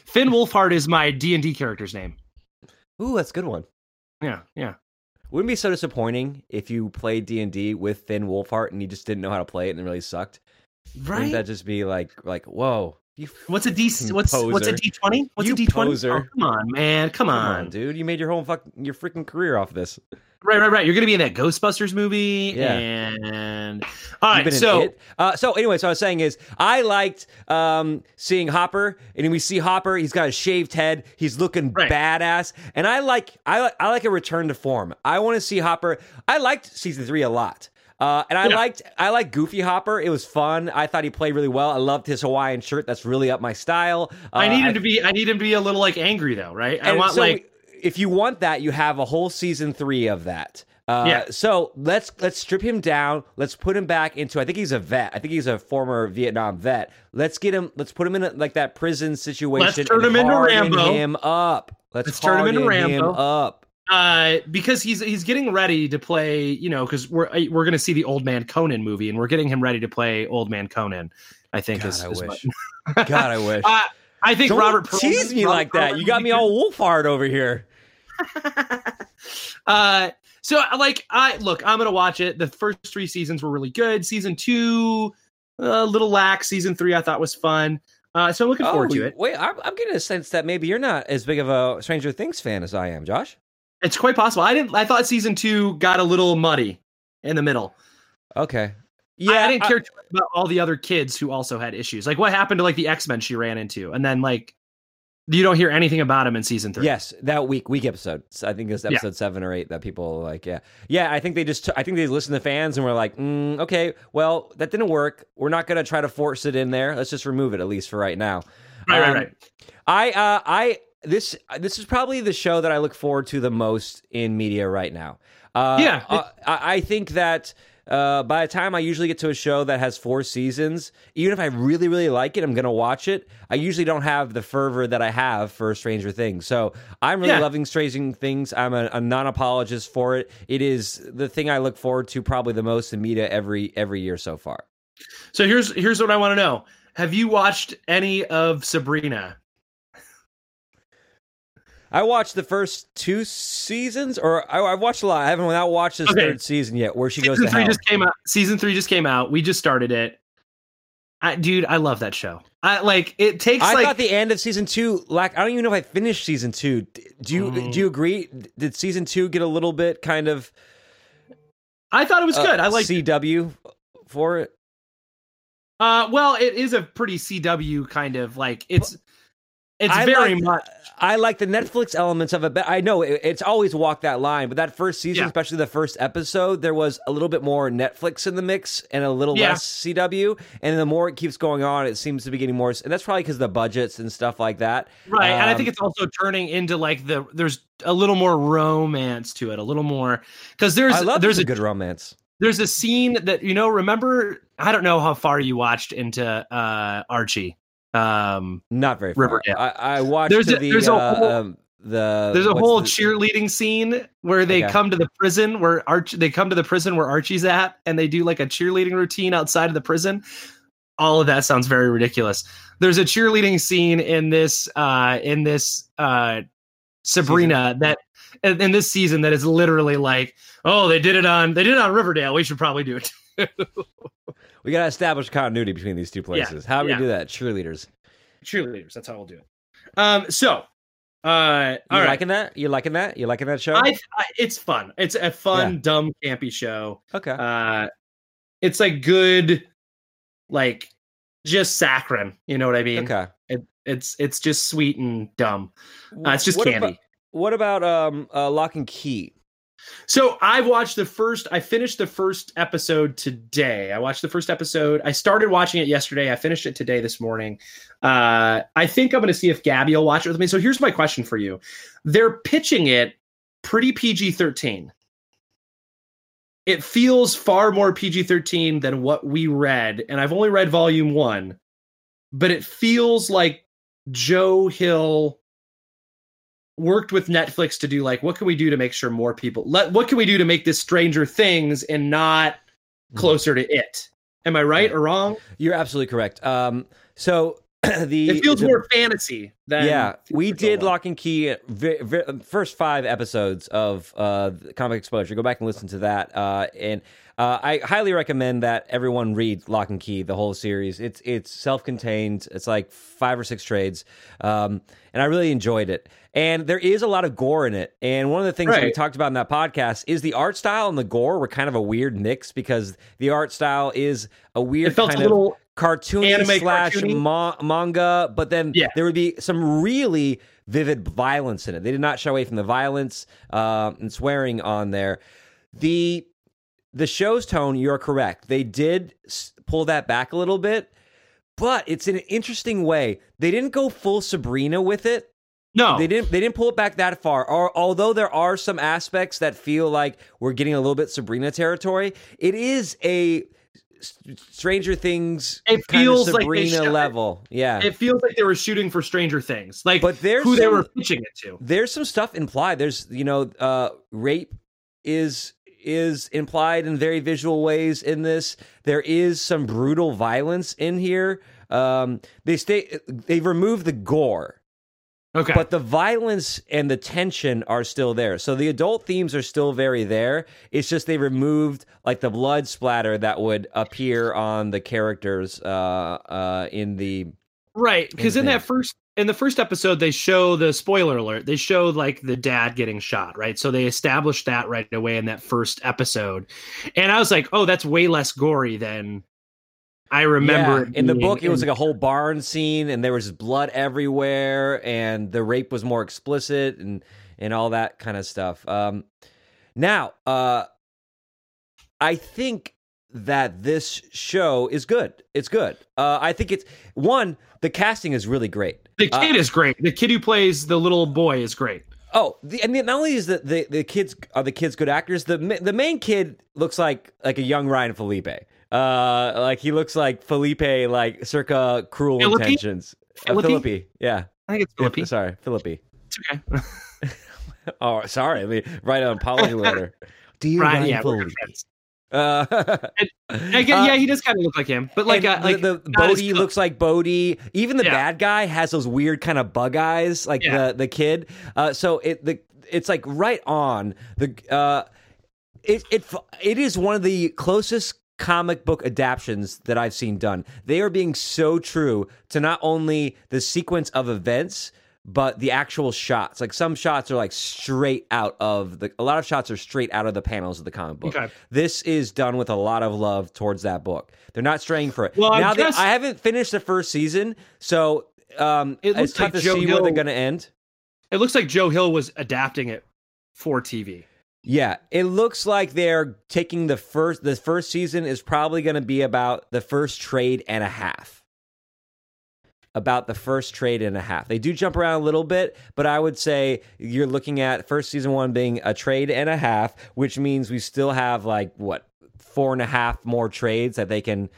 B: Finn Wolfhard is my D and D character's name.
C: Ooh, that's a good one.
B: Yeah, yeah.
C: Wouldn't it be so disappointing if you played D&D with Finn Wolfhart and you just didn't know how to play it and it really sucked? Wouldn't that just be like, like, whoa. You, f-
B: What's a D? What's what's a
C: Poser.
B: D twenty? What's
C: You
B: a D twenty? Oh,
C: poser.
B: come on, man. Come
C: come
B: on.
C: on, dude. You made your whole fucking, your freaking career off of this.
B: Right, right, right. You're gonna be in that Ghostbusters movie.
C: Yeah.
B: And all
C: You've
B: right,
C: been an
B: so
C: it. uh, so anyway, so I was saying is I liked um, seeing Hopper, and we see Hopper. He's got a shaved head. He's looking
B: Right.
C: badass, and I like I like- I like a return to form. I want to see Hopper. I liked season three a lot. Uh, and I
B: Yeah.
C: liked I liked Goofy Hopper. It was fun. I thought he played really well. I loved his Hawaiian shirt. That's really up my style. Uh,
B: I need him to be. I need him to be a little like angry though, right? I
C: and
B: want
C: so
B: like
C: if you want that, you have a whole season three of that. Uh,
B: Yeah.
C: So let's let's strip him down. Let's put him back into. I think he's a vet. I think he's a former Vietnam vet. Let's get him. Let's put him in a, like that prison situation.
B: turn
C: and
B: him into
C: harden
B: Rambo.
C: Him up. Let's,
B: Let's turn him into
C: harden him
B: Rambo.
C: up.
B: uh because he's he's getting ready to play. You know, because we're uh, we're gonna see the Old Man Conan movie, and we're getting him ready to play Old Man Conan. I think
C: God,
B: is,
C: I
B: is what-
C: wish.
B: (laughs)
C: God, I wish.
B: Uh, I think
C: Don't
B: Robert Perlman-
C: tease me
B: Robert
C: like that.
B: Perlman
C: You
B: would
C: got
B: be
C: me
B: good.
C: all wolf hard over here.
B: uh so like i look i'm gonna watch it the first three seasons were really good season two a little lax season three i thought was fun uh so i'm looking forward to it
C: Oh, Wait, I'm, I'm getting a sense that maybe you're not as big of a Stranger Things fan as I am, Josh.
B: it's quite possible i didn't i thought season two got a little muddy in the middle
C: Okay.
B: yeah i, didn't care too much about all the other kids who also had issues like what happened to like the x-men she ran into and then like you don't hear anything about him in season three
C: Yes, that week week episode. So I think it's
B: Yeah.
C: episode seven or eight that people are like. Yeah, yeah. I think they just. I think they listened to fans and were like, mm, okay, well that didn't work. We're not gonna try to force it in there. Let's just remove it at least for right now.
B: right right
C: Um,
B: right
C: I uh, I this this is probably the show that I look forward to the most in media right now. Uh,
B: Yeah.
C: uh, I, I think that. Uh, by the time I usually get to a show that has four seasons, even if I really, really like it, I'm gonna watch it. I usually don't have the fervor that I have for Stranger Things, so I'm really
B: Yeah.
C: loving Stranger Things. I'm a, a non-apologist for it. It is the thing I look forward to probably the most in media every every year so far.
B: so here's here's what i want to know have you watched any of sabrina
C: I watched the first two seasons, or I, I've watched a lot. I haven't not watched this
B: Okay.
C: third season yet, where she goes
B: season
C: to
B: three
C: hell.
B: just came out. Season three just came out. We just started it. I, dude, I love that show. I like it takes
C: I
B: like
C: thought the end of season two, like I don't even know if I finished season two. D- Do you
B: Mm.
C: do you agree? Did season two get a little bit kind of
B: I thought it was
C: uh,
B: good. I like
C: CW for it?
B: uh well, it is a pretty CW kind of like it's it's
C: I
B: very
C: like-
B: much
C: I like the Netflix elements of it, but I know it, it's always walked that line. But that first season,
B: Yeah.
C: especially the first episode, there was a little bit more Netflix in the mix and a little
B: Yeah.
C: less CW. And the more it keeps going on, it seems to be getting more. And that's probably because the budgets and stuff like that.
B: right, and I
C: um,
B: think it's also turning into like the there's a little more romance to it, a little more because there's
C: I love
B: there's a
C: good romance.
B: there's a scene that you know remember I don't know how far you watched into uh Archie. Um
C: Not very far.
B: Riverdale.
C: I, I watched
B: There's
C: to
B: a-
C: the
B: there's a
C: uh,
B: whole-
C: um, the
B: There's a
C: what's
B: whole
C: the-
B: cheerleading scene where they
C: Okay.
B: come to the prison where Arch they come to the prison where Archie's at and they do like a cheerleading routine outside of the prison. All of that sounds very ridiculous. There's a cheerleading scene in this uh in this uh Sabrina that in in this season that is literally like, oh, they did it on they did it on Riverdale. We should probably do it. (laughs)
C: we gotta establish continuity between these two places. How do
B: yeah.
C: we do that? Cheerleaders.
B: Cheerleaders, that's how we'll do it. Um so uh
C: You
B: all right.
C: liking that? You liking that? You liking that show?
B: I, I it's fun. It's a fun, dumb, campy show.
C: okay.
B: uh it's like good like just saccharine you know what i mean uh,
C: okay.
B: it's it's just sweet and dumb uh, it's just
C: What
B: candy
C: about- What about um uh, Lock and Key?
B: So I've watched the first. I finished the first episode today. I watched the first episode. I started watching it yesterday. I finished it today this morning. Uh, I think I'm going to see if Gabby will watch it with me. So here's my question for you: They're pitching it pretty PG-13. It feels far more PG-13 than what we read, and I've only read volume one, but it feels like Joe Hill worked with Netflix to do like what can we do to make sure more people let what can we do to make this Stranger Things and not
C: Mm-hmm.
B: closer to it? Am I right or wrong?
C: You're absolutely correct. Um, so (clears throat) the
B: It feels
C: the-
B: more fantasy than
C: yeah, we
B: Stranger
C: did
B: Things.
C: Lock and Key ve- ve- first five episodes of uh, Comic Exposure. Go back and listen to that, uh, and uh, I highly recommend that everyone read Lock and Key, the whole series. It's it's self contained. It's like five or six trades, um, and I really enjoyed it. And there is a lot of gore in it. And one of the things that we
B: Right.
C: talked about in that podcast is the art style and the gore were kind of a weird mix because the art style is a weird
B: it felt a
C: kind of
B: little
C: cartoony
B: Anime
C: slash
B: cartoony?
C: ma- manga, but then
B: Yeah.
C: there would be some really vivid violence in it. They did not shy away from the violence um, and swearing on there. The the show's tone, you're correct. They did s- pull that back a little bit, but it's in an interesting way. They didn't go full Sabrina with it.
B: no
C: They didn't. They didn't pull it back that far. Or, although there are some aspects that feel like we're getting a little bit Sabrina territory, it is a S- Stranger Things.
B: It
C: kind
B: feels
C: of
B: like they
C: Sabrina
B: shot it.
C: level. Yeah.
B: It feels like they were shooting for Stranger Things, like
C: But there's
B: who they
C: some-
B: were pitching it to.
C: There's some stuff implied. There's you know, uh, rape is is implied in very visual ways in this. There is some brutal violence in here. Um, they stay. They remove the gore.
B: Okay,
C: But the violence and the tension are still there. So the adult themes are still very there. It's just they removed like the blood splatter that would appear on the characters uh, uh, in the
B: right because in
C: Yeah.
B: that first in the first episode they show the spoiler alert they show like the dad getting shot right so they established that right away in that first episode and i was like oh that's way less gory than i remember
C: Yeah,
B: it
C: in the
B: being
C: book. It was
B: in-
C: like a whole barn scene, and there was blood everywhere, and the rape was more explicit, and and all that kind of stuff. Um, now, uh, I think that this show is good. It's good. Uh, I think it's one. The casting is really great.
B: the
C: uh,
B: kid is great the kid who plays the little boy is great
C: Oh, the, and not only is the, the, the kids are the kids good actors. The ma- the main kid looks like like a young Ryan Felipe. Uh, like he looks like Felipe, like circa Cruel
B: Philippi?
C: Intentions. Uh,
B: Philippi?
C: Philippi, yeah.
B: i think it's Philippi.
C: Philippi. Sorry, Philippi.
B: It's
C: (laughs)
B: okay
C: Oh, sorry. I mean, Right on apology
B: (laughs)
C: letter. Dear
B: Ryan,
C: Ryan
B: yeah, we're good
C: Philippi.
B: friends.
C: Uh,
B: I get-
C: uh,
B: yeah he does kind of look like him but (laughs) like
C: and
B: uh, like
C: the, the
B: not as
C: Bodhi
B: cooked.
C: looks like Bodhi. Even the
B: Yeah.
C: bad guy has those weird kind of bug eyes, like
B: Yeah.
C: the the kid. Uh, so it the it's like right on the. Uh, it it it is one of the closest comic book adaptions that I've seen done. They are being so true to not only the sequence of events but the actual shots. Like some shots are like straight out of the a lot of shots are straight out of the panels of the comic book.
B: Okay.
C: This is done with a lot of love towards that book. They're not straying for it.
B: Well, I
C: now they-
B: guess-
C: I haven't finished the first season, so um,
B: It looks
C: it's tough
B: like
C: to
B: Joe
C: see where they're
B: Hill-
C: going to end.
B: it looks like joe hill was adapting it for tv
C: Yeah, it looks like they're taking the first. The first season is probably going to be about the first trade and a half. About the first trade and a half. They do jump around a little bit, but I would say you're looking at first season one being a trade and a half, which means we still have like what four and a half more trades that they can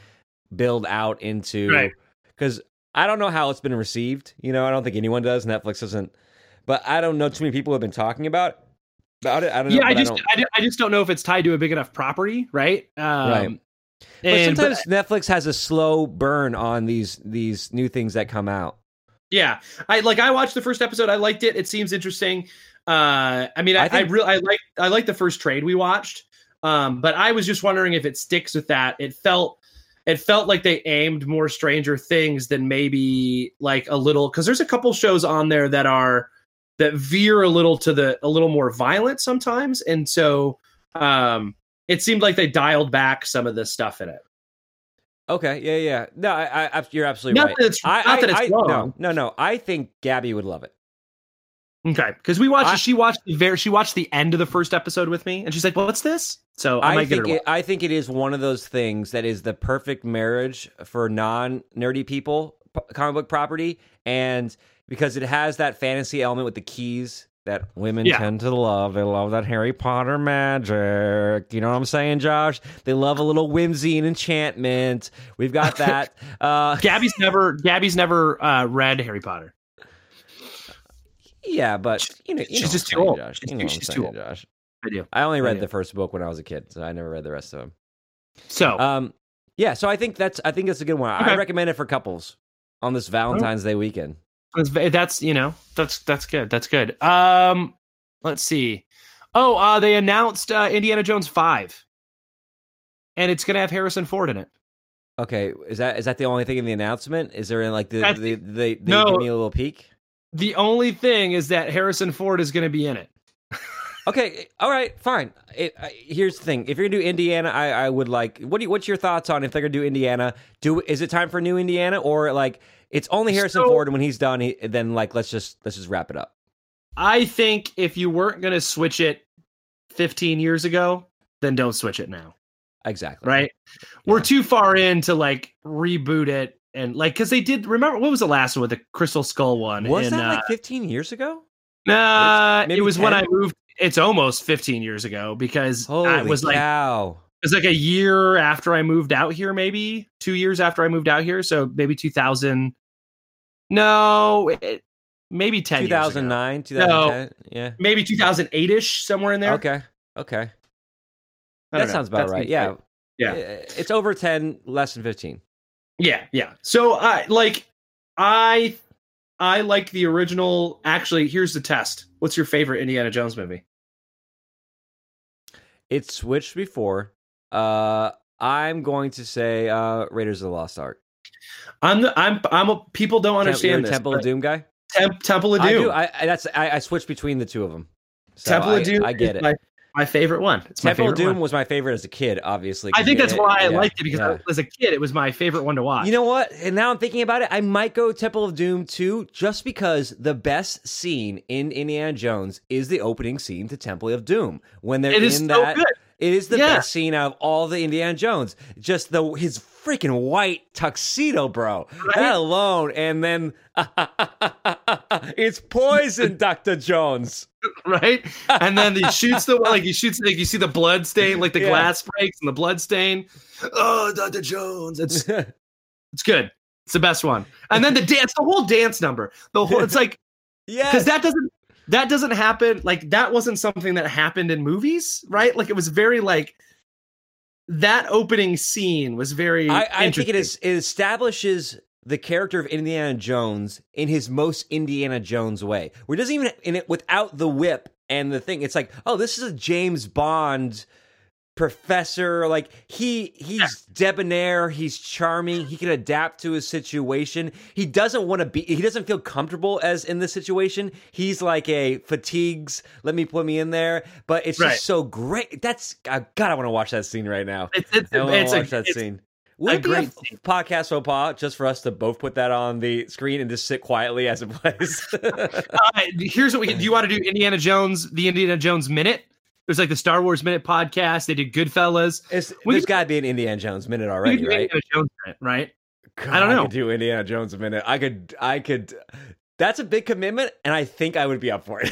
C: build out into.
B: Right.
C: Because I don't know how it's been received. You know, I don't think anyone does. Netflix doesn't, but I don't know too many people have been talking about about it. I don't know.
B: yeah, I
C: but
B: just
C: don't-
B: I, di- I just don't know if it's tied to a big enough property, right? Um,
C: Right. But
B: and-
C: sometimes Netflix has a slow burn on these these new things that come out.
B: yeah, I like I watched the first episode. I liked it. It seems interesting. Uh, I mean, I,
C: I
B: I,
C: think-
B: really I like I like the first trade we watched, um, but I was just wondering if it sticks with that. It felt it felt like they aimed more Stranger Things than maybe like a little because there's a couple shows on there that are that veer a little to the a little more violent sometimes, and so um, it seemed like they dialed back some of the stuff in it.
C: Okay, yeah, yeah. No, I, I you're absolutely
B: Not
C: right.
B: that it's-
C: I,
B: not that it's
C: I, I,
B: wrong.
C: No, no, no. I think Gabby would love it.
B: Okay, because we watched.
C: I-
B: she watched the very. She watched the end of the first episode with me, and she's like, "Well, what's this?" So I,
C: I,
B: might get her.
C: think
B: To watch.
C: it, I think it is one of those things that is the perfect marriage for non nerdy people, p- comic book property, and because it has that fantasy element with the keys that women
B: Yeah.
C: tend to love. They love that Harry Potter magic. You know what I'm saying, Josh? They love a little whimsy and enchantment.
B: (laughs)
C: We've got that. uh,
B: Gabby's never. Gabby's never uh, read Harry Potter.
C: yeah, but you know, you
B: She's
C: know what
B: just
C: I'm
B: too
C: saying,
B: old.
C: Josh.
B: She's
C: You know
B: too-
C: what I'm
B: she's too
C: saying,
B: old.
C: Josh.
B: I do.
C: I only read
B: Yeah.
C: the first book when I was a kid, so I never read the rest of them.
B: So
C: Um, yeah, so I think that's I think that's a good one.
B: Oh. Okay.
C: I recommend it for couples on this Valentine's Day weekend.
B: That's, ve- that's you know that's that's good that's good. Um, let's see. Oh, uh, they announced uh, Indiana Jones five, and it's gonna have Harrison Ford in it.
C: Okay, is that is that the only thing in the announcement? Is there in like the
B: That's-
C: the, they they
B: No.
C: give me a little peek?
B: The only thing is that Harrison Ford is gonna be in it.
C: Okay, all right, fine. It, I, here's the thing: if you're gonna do Indiana, I, I would like. What do you, what's your thoughts on if they're gonna do Indiana? Do is it time for new Indiana or like it's only Harrison
B: So-
C: Ford and when he's done, he, then like let's just let's just wrap it up.
B: I think if you weren't gonna switch it 15 years ago, then don't switch it now.
C: Exactly.
B: Right? We're
C: Yeah.
B: too far in to like reboot it and like because they did. Remember what was the last one with the Crystal Skull one?
C: Was
B: in,
C: that
B: uh,
C: like 15 years ago?
B: Nah,
C: Maybe
B: it was when
C: 10?
B: I moved. It's almost 15 years ago because
C: Holy
B: I was like it
C: cow!
B: was like a year after I moved out here, maybe two years after I moved out here. So maybe 2000. No, it, maybe 10. years ago.
C: 2009,
B: ago. No.
C: 2010. Yeah.
B: maybe 2008 ish, somewhere in there.
C: Okay. Okay.
B: I don't know.
C: That sounds about
B: That
C: right.
B: seems
C: Yeah. uh,
B: right. Yeah.
C: It's over 10, less than 15.
B: Yeah, yeah. So I like I I like the original. Actually, here's the test. What's your favorite Indiana Jones movie?
C: It switched before. Uh, I'm going to say uh, Raiders of the Lost Ark.
B: I'm the, I'm I'm a people don't
C: Tem- you're a
B: understand this.
C: Temple of
B: but
C: Doom guy?
B: Temp- Temple of
C: I
B: Doom.
C: do. I, I, that's, I, I switched between the two of them. So
B: Temple
C: I-
B: of Doom.
C: I
B: is
C: get it.
B: My, my favorite one. It's my
C: Temple
B: favorite
C: of Doom
B: one.
C: was my favorite as a kid, obviously.
B: I think that's why I
C: yeah,
B: liked it because
C: yeah.
B: I, as a kid, it was my favorite
C: (laughs)
B: one to watch.
C: You know what? And now I'm thinking about it. I might go Temple of Doom too, just because the best scene in Indiana Jones is the opening scene to Temple of Doom when they're
B: it is
C: in
B: so
C: that.
B: good.
C: It is the
B: Yeah.
C: best scene out of all the Indiana Jones. Just the his freaking white tuxedo, bro.
B: Right?
C: That alone, and then (laughs) it's poison, Doctor Jones.
B: (laughs) right? And then he shoots the like he shoots like you see the blood stain, like the
C: (laughs) Yeah.
B: glass breaks and the blood stain. Oh, Dr. Jones. It's it's good. It's the best one. And then the dance, the whole dance number. The whole it's
C: (laughs)
B: like because
C: (laughs) yes,
B: that doesn't that doesn't happen like that wasn't something that happened in movies, right? Like it was very like that opening scene was very
C: I, I think it
B: interesting.
C: is it establishes the character of Indiana Jones in his most Indiana Jones way, where it doesn't even in it without the whip and the thing. It's like, oh, this is a James Bond professor. Like he he's debonair, he's charming, he can adapt to his situation. He doesn't want to be he doesn't feel comfortable as in this situation. He's like a fatigues, let me put me in there. But it's
B: Right.
C: just so great. That's I God, I want to watch that scene right now.
B: it's it's,
C: Oh, I want to
B: it's,
C: watch
B: a,
C: that
B: it's
C: scene. Would
B: a
C: it be
B: great
C: a f- podcast faux pas just for us to both put that on the screen and just sit quietly as
B: (laughs)
C: it plays?
B: Uh, here's what we do. You want to do Indiana Jones, the Indiana Jones minute? There's like the Star Wars minute podcast. They did Goodfellas.
C: it's,
B: We
C: there's
B: could-
C: got to be an Indiana Jones minute
B: We
C: already,
B: could do
C: right?
B: Indiana Jones minute, right?
C: God,
B: I don't know.
C: could do Indiana Jones a minute. I could. I could. That's a big commitment, and I think I would be up for it.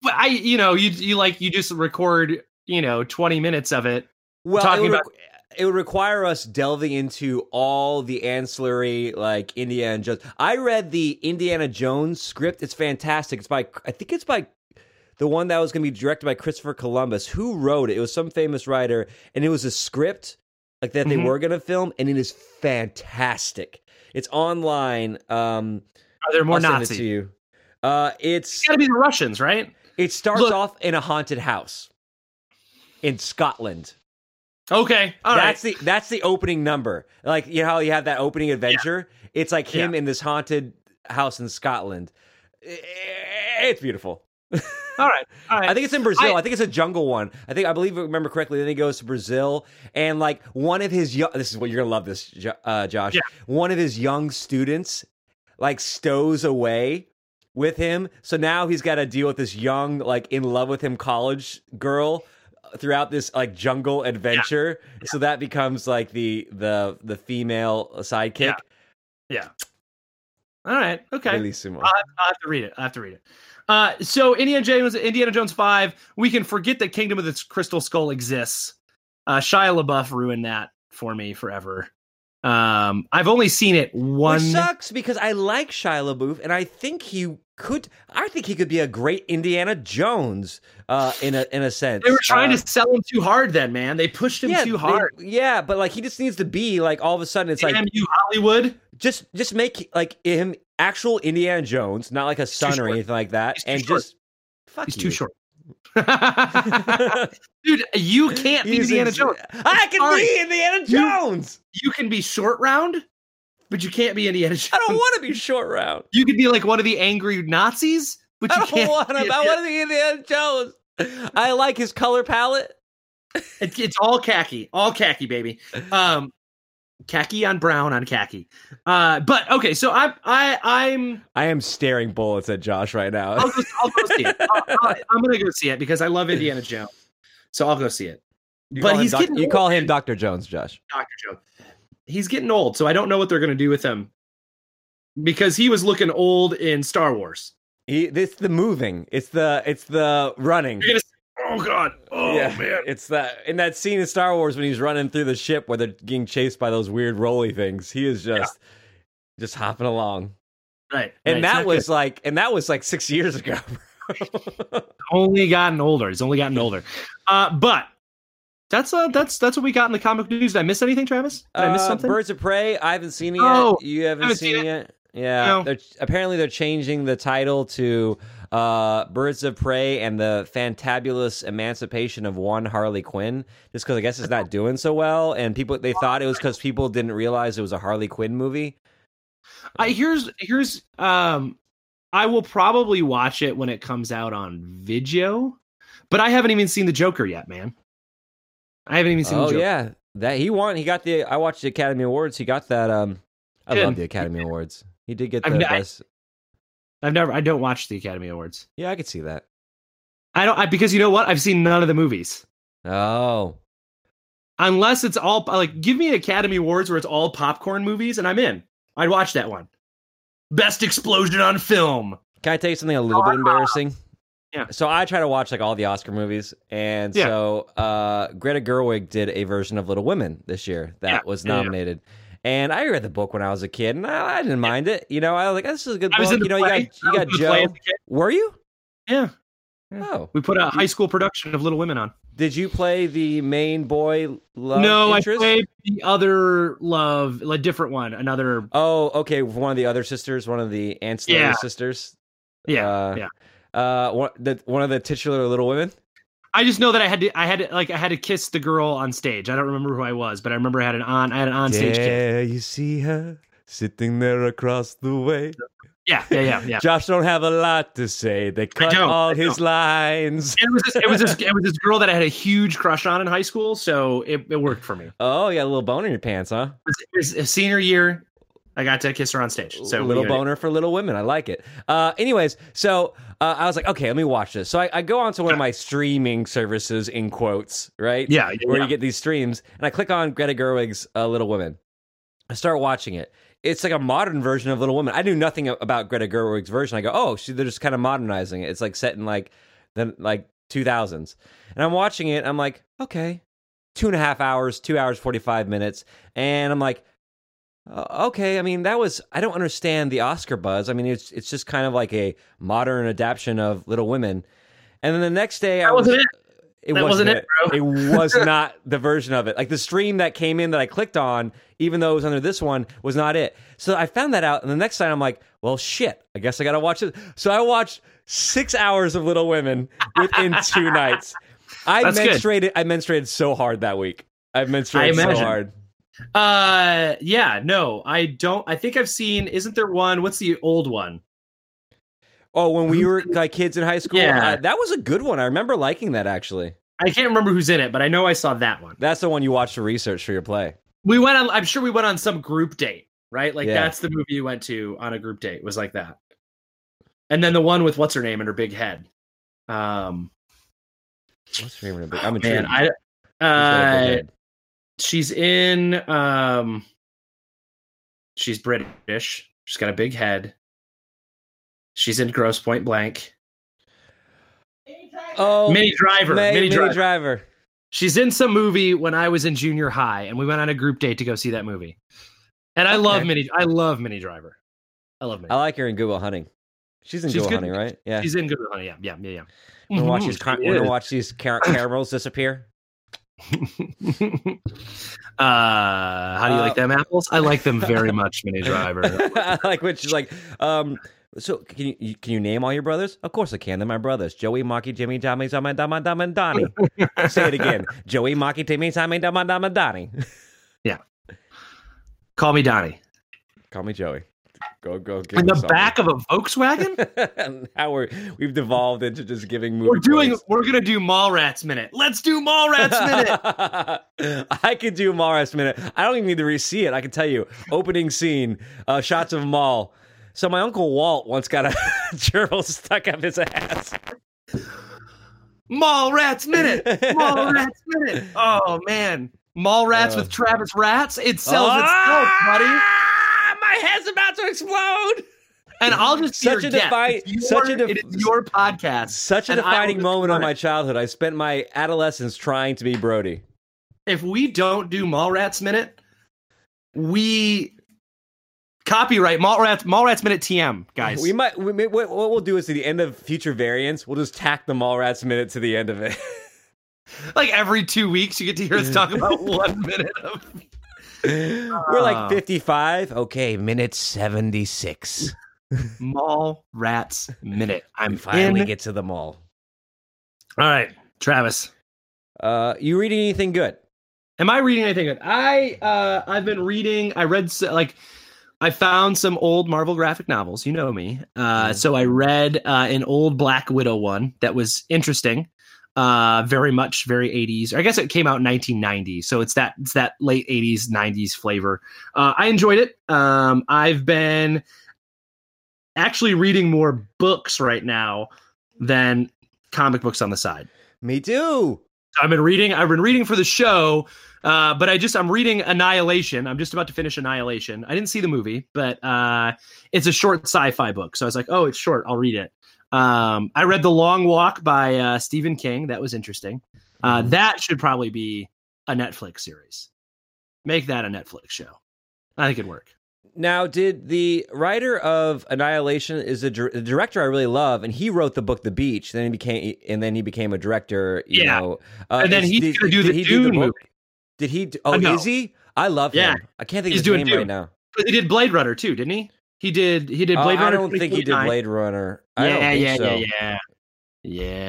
B: But I, you know, you you like you just record, you know, 20 minutes of it.
C: well,
B: Talking
C: it would,
B: about-
C: requ- it would require us delving into all the ancillary, like Indiana Jones. I read the Indiana Jones script. It's fantastic. It's by I think it's by the one that was going to be directed by Christopher Columbus. Who wrote it? It was some famous writer, and it was a script like that
B: Mhm.
C: they were going to film, and it is fantastic. It's online. Um,
B: Are there more
C: I'll send it to
B: Nazis?
C: you. Uh, it's
B: It's got to be the Russians, right?
C: It starts
B: Look-
C: off in a haunted house in Scotland.
B: Okay, all right.
C: that's the that's the opening number. Like you know how you have that opening adventure. It's like him in this haunted house in Scotland. I- It's beautiful.
B: all right, all right.
C: I think it's in Brazil.
B: I-
C: I, think it's a jungle one. I think I believe if I remember correctly. Then he goes to Brazil, and like one of his young. This is what you're gonna love. This Jo- uh, Josh.
B: Yeah.
C: One of his young students like stows away with him. So now he's got to deal with this young, like in love with him college girl throughout this like jungle adventure. So that becomes like the the the female sidekick.
B: Yeah. All right. Okay. Uh,
C: Bellissimo.
B: I have, I have to read it. I have to read it. Uh, so Indiana Jones, Indiana Jones Five. We can forget that Kingdom of the Crystal Skull exists. Uh, Shia LaBeouf ruined that for me forever. Um, I've only seen it one.
C: Which sucks because I like Shia LaBeouf, and I think he could. I think he could be a great Indiana Jones uh, in a in a sense.
B: They were trying
C: Uh,
B: to sell him too hard. Then man, they pushed him
C: yeah,
B: too
C: they-
B: hard.
C: yeah, but like he just needs to be like all of a sudden it's like
B: Damn you, Hollywood!
C: just just make like him actual Indiana Jones, not like a son or
B: short.
C: anything like that,
B: He's too
C: and
B: short.
C: just fuck
B: He's
C: you. (laughs)
B: too short. Dude, you can't be
C: He's
B: Indiana
C: ex-
B: Jones.
C: I can
B: Sorry.
C: be Indiana
B: You-
C: Jones.
B: You can be short round, but you can't be Indiana Jones. (laughs)
C: I don't want to be short round.
B: You could be like one of the angry Nazis, but
C: (laughs)
B: you
C: I don't
B: can't.
C: want
B: be
C: him. I want to be Indiana Jones. I like his color palette.
B: It's, it's all khaki, all khaki, baby. Um, khaki on brown on khaki. Uh, but okay, so I, I, I'm.
C: I am staring bullets at Josh right now.
B: I'll go, I'll go see it. I'll, I'll, I'm gonna go see it because I love
C: (laughs)
B: Indiana Jones, so I'll go see it.
C: (laughs) You
B: but
C: call him
B: he's
C: doc-
B: getting
C: you
B: old.
C: call him Doctor Jones, Josh.
B: Doctor Jones. He's getting old, so I don't know what they're gonna do with him because he was looking old in Star Wars.
C: He, it's the moving. It's the it's the running.
B: You're gonna say, oh god, oh
C: yeah,
B: man.
C: it's that in that scene in Star Wars when he's running through the ship where they're getting chased by those weird roly things. He is just just hopping along,
B: Right,
C: and
B: right, it's
C: that
B: not
C: was like and that was like six years ago. bro.
B: only gotten older. It's only gotten older. Uh, but that's uh, that's that's what we got in the comic news. Did I miss anything, Travis? Did I miss
C: Uh,
B: something?
C: Birds of Prey. I haven't seen it
B: Oh,
C: yet. You haven't,
B: haven't
C: seen,
B: seen
C: it yet. Yeah.
B: No.
C: They're, apparently, they're changing the title to uh, "Birds of Prey and the Fantabulous Emancipation of One Harley Quinn," just because I guess it's not doing so well, and people they thought it was because people didn't realize it was a Harley Quinn movie.
B: I, here's here's um, I will probably watch it when it comes out on video, but I haven't even seen the Joker yet, man. I haven't even seen.
C: Oh
B: the Joker.
C: yeah, that he won. He got the. I watched the Academy Awards. He got that. Um, I
B: Did.
C: love the Academy Awards. He did get the
B: I've n- I-
C: best.
B: I've never. I don't watch the Academy Awards.
C: yeah, I could see that.
B: I don't I, because you know what? I've seen none of the movies
C: Oh,
B: unless it's all like give me Academy Awards where it's all popcorn movies and I'm in. I'd watch that one. Best explosion on film.
C: Can I tell you something a little bit embarrassing?
B: Yeah.
C: So I try to watch like all the Oscar movies, and
B: Yeah.
C: so uh, Greta Gerwig did a version of Little Women this year that
B: Yeah,
C: was
B: yeah, yeah.
C: nominated. And I read the book when I was a kid, and I, I didn't mind it. You know, I was like, "Oh, "This is a good
B: I was
C: book."
B: in the
C: You know,
B: play. (laughs)
C: you got
B: I was
C: you
B: in
C: got
B: the play
C: Joe.
B: as a kid.
C: Were you?
B: Yeah, Yeah.
C: Oh,
B: we put a high school production of Little Women on.
C: did you play the main boy love
B: no, I
C: interest?
B: played the other love, a different one, another.
C: Oh, okay. One of the other sisters, one of the ancillary
B: Yeah.
C: sisters.
B: Yeah,
C: Uh, Uh, one, the, one of the titular Little Women.
B: I just know that I had to, I had to, like, I had to kiss the girl on stage. I don't remember who I was, but I remember I had an on, I had an on stage kiss.
C: Dare you see her sitting there across the way?
B: Yeah, yeah, yeah,
C: (laughs)
B: yeah.
C: Josh don't have a lot to say. They cut
B: don't,
C: all
B: I
C: his
B: don't.
C: lines.
B: And it was this, it was this, it was this girl that I had a huge crush on in high school, so it, it worked for me. It
C: Oh, you got a little bone in your pants, huh?
B: was, it was a senior year. I got to kiss her on stage. So
C: little
B: we-
C: boner for little women. I like it. Uh, anyways, so uh, I was like, okay, let me watch this. So I, I go on to one of my streaming services in quotes, right?
B: Yeah,
C: where
B: yeah.
C: you get these streams, and I click on Greta Gerwig's uh, Little Women. I start watching it. It's like a modern version of Little Women. I knew nothing a- about Greta Gerwig's version. I go, oh, she, they're just kind of modernizing it. It's like set in like the like 2000s, and I'm watching it. I'm like, okay, two and a half hours, two hours forty five minutes, and I'm like. Uh, okay, I mean that was I don't understand the Oscar buzz. I mean it's it's just kind of like a modern adaptation of Little Women, and then the next day I
B: That
C: was
B: wasn't it.
C: it
B: That wasn't
C: wasn't, it. It was not the version of it. Like the stream that came in that I clicked on, even though it was under this one, was not it. So I found that out, and the next time I'm like, well, shit. I guess I gotta watch it. So I watched six hours of Little Women within two nights. I
B: That's good.
C: menstruated. I menstruated so hard that week. I menstruated
B: I
C: so
B: imagine.
C: hard.
B: Uh, yeah, no, I don't. I think I've seen. Isn't there one? What's the old one?
C: Oh, when we were like kids in high school,
B: Yeah.
C: uh, that was a good one. I remember liking that actually.
B: I can't remember who's in it, but I know I saw that one.
C: That's the one you watched the research for your play.
B: We went on. I'm sure we went on some group date, right? Like
C: Yeah.
B: that's the movie you went to on a group date. Was like that. and then the one with what's her name in her big head. Um,
C: What's her name? I'm a
B: man, I uh, she's in um, she's British. She's got a big head. She's in Gross Point Blank.
C: oh,
B: Mini Driver.
C: May-
B: Mini
C: Minnie
B: Driver.
C: Driver.
B: She's in some movie when I was in junior high, and we went on a group date to go see that movie. And I love
C: Okay.
B: Mini. I love Mini Driver. I love Mini.
C: I like her in Google Hunting. She's in
B: She's
C: Google
B: good-
C: Hunting, right? Yeah.
B: She's in Good Honey. Yeah, yeah, yeah, yeah.
C: We're gonna watch
B: Mhm,
C: these, car-
B: she
C: we're gonna
B: is.
C: watch
B: (laughs)
C: these car- caramels disappear.
B: uh, how do you like
C: Uh,
B: them apples? I like them
C: (laughs)
B: very much, Mini Driver.
C: I (laughs) like when she's like, um, so can you- you can you name all your brothers? Of course I can. They're my brothers: Joey, Maki, Jimmy, Tommy, Tommy, Tommy, Tommy,
B: (laughs)
C: and Donnie. Say it again: Joey, Maki, Jimmy, Tommy, Tommy, Tommy, (laughs) Donnie.
B: Call me
C: (laughs)
B: Donnie.
C: Call me Joey. Go go. Give
B: In
C: me
B: the
C: something.
B: back of a
C: (laughs)
B: Volkswagen.
C: now we're we've devolved into just giving movie.
B: We're doing.
C: quotes.
B: We're gonna do Mallrats minute. Let's do Mallrats
C: (laughs)
B: minute.
C: I could do Mallrats minute. I don't even need to re-see it. I can tell you. Opening scene, uh, shots of Mall. So my uncle Walt once got a (laughs) gerbil stuck up his ass.
B: Mallrats minute.
C: (laughs)
B: Mallrats minute. Oh man, Mallrats
C: Uh.
B: with Travis Rats. It sells itself, buddy.
C: Ah, My head's about to explode.
B: And I'll just be
C: Such
B: your
C: a
B: guest.
C: defi-
B: It's
C: such a
B: your-
C: def-
B: it is your podcast.
C: Such a
B: And I will
C: defining
B: just
C: moment on
B: run
C: my
B: it.
C: childhood. I spent my adolescence trying to be Brody.
B: If we don't do Mallrats minute, we copyright Mallrats Mallrats minute TM guys.
C: We might. We, may- what what we'll do is at the end of future variants, we'll just tack the Mallrats minute to the end of it.
B: like every two weeks, you get to hear us talk
C: (laughs)
B: about one minute of
C: We're
B: Ah.
C: like 55. Okay, minute 76.
B: Mallrats minute. I'm
C: We finally
B: in.
C: get to the mall.
B: All right, Travis.
C: Uh, you reading anything good?
B: Am I reading anything good? I uh I've been reading. I read s- like I found some old Marvel graphic novels. You know me. Uh,
C: Mhm.
B: So I read uh, an old Black Widow one that was interesting. Uh, very much very 80s. I guess it came out in 1990, so it's that it's that late 80s 90s flavor. Uh, I enjoyed it. Um, I've been actually reading more books right now than comic books on the side.
C: Me too.
B: I've been reading. I've been reading for the show, uh, but I just I'm reading Annihilation. I'm just about to finish Annihilation. I didn't see the movie, but uh, it's a short sci-fi book, so I was like, oh, it's short. I'll read it. Um, I read The Long Walk by uh, Stephen King. That was interesting. Uh,
C: Mm-hmm.
B: that should probably be a Netflix series. Make that a Netflix show. I think it'd work.
C: Now, did the writer of Annihilation is a, dir- a director I really love, and he wrote the book The Beach. Then he became, and then he became a director. You
B: Yeah.
C: know, uh,
B: And then
C: is-
B: he's
C: did-
B: gonna do
C: did
B: the
C: he do
B: Dune
C: book?
B: movie. Uh,
C: Did he? Do, oh,
B: no.
C: is he? I love
B: Yeah.
C: him. I can't think
B: He's
C: of his
B: doing
C: name
B: Dune.
C: right now.
B: But he did Blade Runner too, didn't he? He did. He did
C: Uh,
B: Blade
C: I
B: Runner.
C: don't think he did
B: 2049.
C: Blade Runner.
B: Yeah,
C: I don't think
B: yeah,
C: so.
B: yeah, yeah,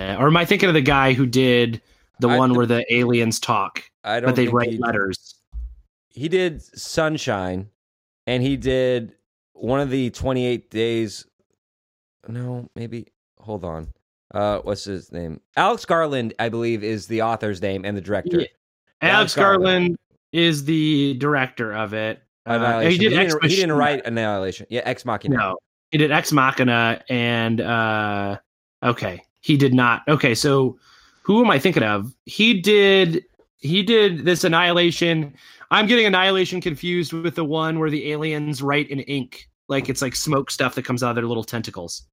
B: yeah. Or am I thinking of the guy who did the
C: I-
B: one where the aliens talk,
C: I don't
B: but they
C: think
B: write
C: he-
B: letters?
C: he did Sunshine, and he did one of the Twenty Eight Days. No, maybe hold on. Uh, what's his name? Alex Garland, I believe, is the author's name and the director.
B: Yeah. Alex
C: Alex
B: Garland,
C: Garland.
B: is the director of it. Uh,
C: Annihilation.
B: he did.
C: he,
B: Ex
C: didn't, he didn't
B: Machina.
C: write Annihilation. Yeah, Ex Machina.
B: No, he did Ex Machina, and uh, okay, he did not. Okay, so who am I thinking of? He did. He did this Annihilation. I'm getting Annihilation confused with the one where the aliens write in ink, like it's like smoke stuff that comes out of their little tentacles.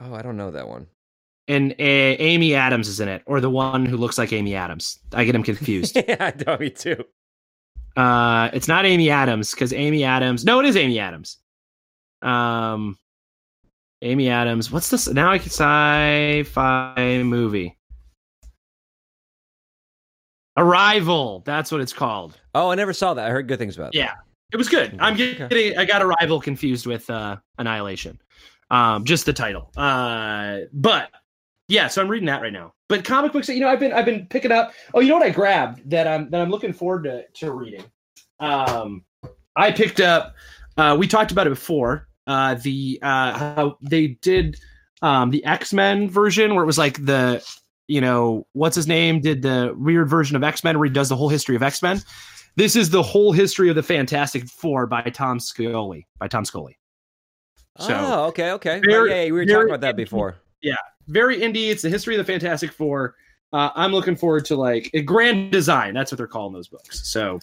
C: Oh, I don't know that one.
B: and uh, Amy Adams is in it, or the one who looks like Amy Adams. I get him
C: (laughs)
B: confused.
C: yeah, I know me too.
B: uh, it's not Amy Adams because Amy Adams. No, it is Amy Adams. Um, Amy Adams. What's this? Now I can sci-fi movie. Arrival. That's what it's called.
C: Oh, I never saw that. I heard good things about. it.
B: Yeah. It was good. I'm getting. I got Arrival confused with uh, Annihilation. Um, just the title. Uh, but yeah, so I'm reading that right now. But comic books, you know, I've been I've been picking up. Oh, you know what I grabbed that I'm that I'm looking forward to to reading. Um, I picked up. Uh, we talked about it before. Uh, the uh, how they did um, the X Men version where it was like the you know what's his name did the weird version of X Men where he does the whole history of X Men. This is the whole history of the Fantastic Four by Tom Scully by Tom Scully. So
C: oh, okay, okay.
B: Very-
C: Oh, yeah, yeah, we were talking
B: very-
C: about that before.
B: very indie. It's the history of the Fantastic Four. Uh, I'm looking forward to like a grand design. That's what they're calling those books. So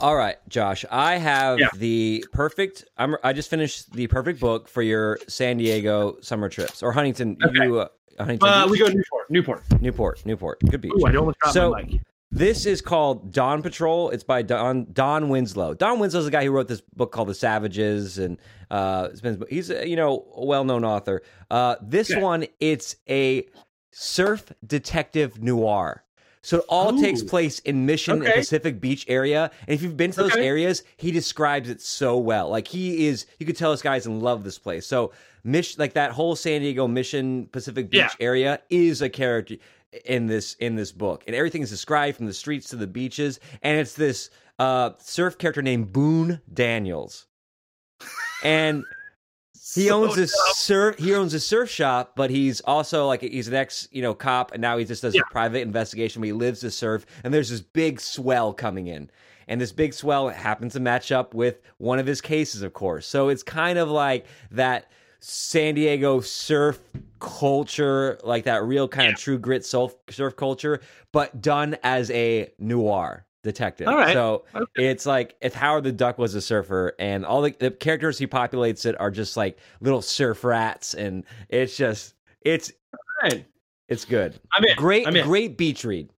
C: All right, Josh, I have
B: Yeah.
C: the perfect. I'm, I just finished the perfect book for your San Diego summer trips or Huntington. You, uh, Huntington
B: uh,
C: Beach?
B: we go to Newport. Newport.
C: Newport, Newport, good beach.
B: Ooh, I almost dropped
C: So-
B: my mic.
C: This is called Dawn Patrol. It's by Don Don Winslow. Don Winslow's the guy who wrote this book called The Savages, and uh, it's been, he's a, you know a well-known author. Uh, this
B: Okay.
C: one, it's a surf detective noir. So it all
B: Ooh.
C: takes place in Mission and
B: Okay.
C: Pacific Beach area. And if you've been to those
B: Okay.
C: areas, he describes it so well. Like he is, you could tell this guy's in love with this place. So Mission, like that whole San Diego Mission Pacific Beach
B: Yeah.
C: area, is a character in this in this book, and everything is described from the streets to the beaches. And it's this uh, surf character named Boone Daniels,
B: (laughs)
C: and he
B: So
C: owns this surf. He owns a surf shop, but he's also like he's an ex, you know, cop, and now he just does
B: Yeah.
C: a private investigation. Where he lives to surf, and there's this big swell coming in, and this big swell happens to match up with one of his cases, of course. So it's kind of like that San Diego surf culture, like that real kind of true grit surf surf culture, but done as a noir detective.
B: All right.
C: So
B: Okay.
C: it's like if Howard the Duck was a surfer, and all the, the characters he populates it are just like little surf rats, and it's just it's
B: All right.
C: it's good.
B: I'm in.
C: Great,
B: I'm in.
C: great beach read.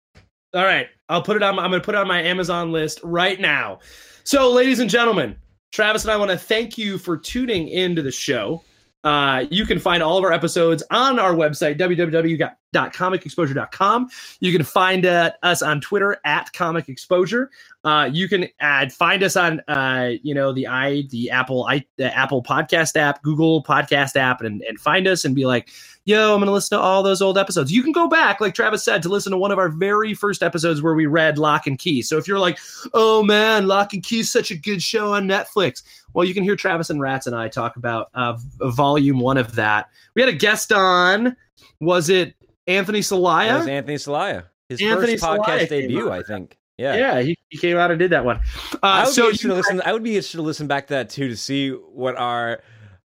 B: All right. I'll put it on. I'm going to put it on my Amazon list right now. So, ladies and gentlemen, Travis and I want to thank you for tuning into the show. Uh, you can find all of our episodes on our website, www.comicexposure.com. You can find uh, us on Twitter at Comic Exposure. Uh, you can add, find us on, uh, you know, the i the Apple i the Apple Podcast app, Google Podcast app, and and find us and be like, yo, I'm going to listen to all those old episodes. You can go back, like Travis said, to listen to one of our very first episodes where we read Lock and Key. So if you're like, oh man, Lock and Key is such a good show on Netflix, well, you can hear Travis and Rats and I talk about uh, v- volume one of that. We had a guest on. Was it Anthony
C: That was
B: Salaya?
C: Anthony Salaya, his
B: Anthony
C: first
B: Celaya
C: podcast
B: came
C: debut,
B: out.
C: I think. Yeah,
B: yeah, he, he came out and did that one. Uh,
C: I would
B: so
C: be
B: you
C: interested to listen. I would be interested to listen back to that too to see what our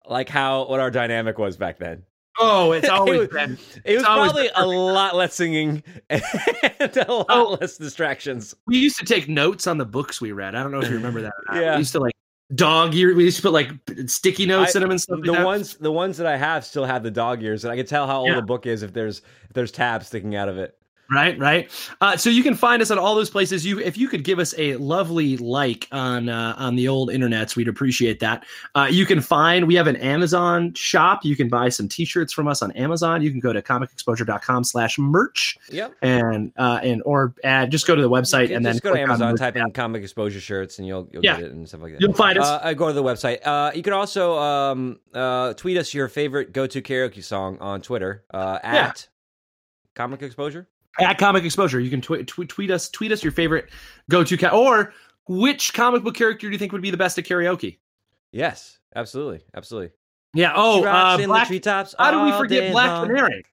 C: like how what our dynamic was back then.
B: Oh, (laughs) it's always
C: was-
B: been.
C: (laughs) It was
B: It's always
C: probably a lot less singing (laughs) and a lot
B: Oh.
C: less distractions.
B: We used to take notes on the books we read. I don't know if you remember that. Or not.
C: (laughs) Yeah.
B: We used to like dog ear. We used to put like sticky notes
C: I-
B: in them and stuff. like
C: the
B: that.
C: ones the ones that I have still have the dog ears, and I can tell how old
B: Yeah.
C: the book is if there's if there's tabs sticking out of it.
B: right right uh, so you can find us on all those places you if you could give us a lovely like on uh, on the old internets we'd appreciate that uh, you can find we have an amazon shop you can buy some t-shirts from us on amazon you can go to comicexposure.com slash merch
C: Yep.
B: and uh and or add just go to the website and then
C: just go to
B: click on
C: Amazon,
B: merch.
C: type in comic exposure shirts, and you'll you'll
B: Yeah.
C: get it and stuff like that.
B: you'll find us
C: Uh, I go to the website. Uh, you can also um, uh, tweet us your favorite go to karaoke song on Twitter uh, at
B: Yeah.
C: Comic Exposure.
B: at comic exposure you can tw- tw- tweet us tweet us your favorite go-to ca- or which comic book character do you think would be the best at karaoke
C: Yes, absolutely, absolutely.
B: yeah oh
C: Trots
B: uh,
C: in
B: black
C: the treetops.
B: How do we
C: all day
B: forget Black
C: long.
B: Canary?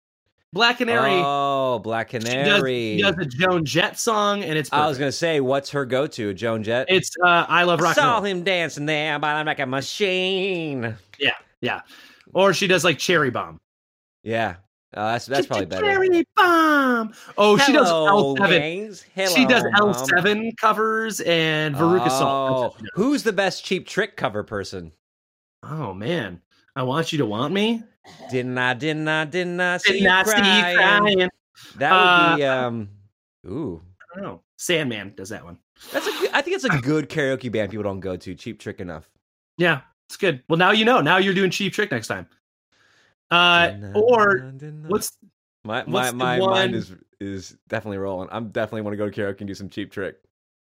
B: Black Canary
C: Oh, Black Canary.
B: does, does a Joan Jett song, and it's
C: I was
B: perfect.
C: gonna say, what's her go to? Joan Jett.
B: it's uh, I love rock and
C: saw
B: roll,
C: him dancing there, but I'm like a machine.
B: or she does like Cherry Bomb.
C: Yeah, uh, that's that's probably better.
B: Cherry Bomb. Oh, she does L
C: Hello,
B: seven.
C: gangs. Hello,
B: She does L
C: Mom.
B: seven covers and Veruca Salt.
C: Oh, who's the best cheap trick cover person?
B: Oh man, I want you to want me.
C: Didn't I? Didn't I? Didn't I see
B: Did
C: you
B: not see you
C: crying?
B: crying. Uh,
C: That would be um. Ooh,
B: I don't know. Oh, Sandman does that one.
C: that's a. good- I think it's a good karaoke band people don't go to. Cheap trick enough.
B: Yeah, it's good. Well, now you know. Now you're doing Cheap Trick next time. Uh, or what's
C: my my
B: what's the
C: my
B: one-
C: mind is is definitely rolling. I'm definitely want to go to karaoke and do some cheap trick.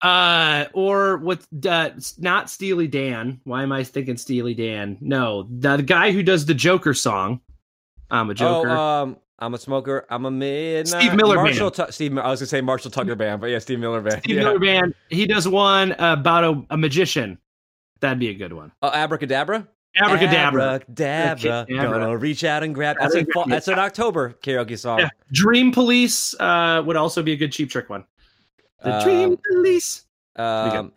B: Uh, or what? Uh, it's not Steely Dan. Why am I thinking Steely Dan? No, the, the guy who does the Joker song. I'm a Joker.
C: Oh, um, I'm a smoker. I'm a midnight.
B: Steve Miller
C: Marshall Tu- Steve. I was gonna say Marshall Tucker band, but yeah, Steve Miller band.
B: Steve
C: yeah.
B: Miller Band. He does one about a, a magician. That'd be a good one.
C: Oh, abracadabra.
B: Abracadabra.
C: Abracadabra.
B: Abracadabra.
C: Gonna reach out and grab. That's, in fall, that's an October karaoke song.
B: Yeah. Dream Police uh, would also be a good cheap trick one. The
C: Um,
B: Dream Police.
C: Um,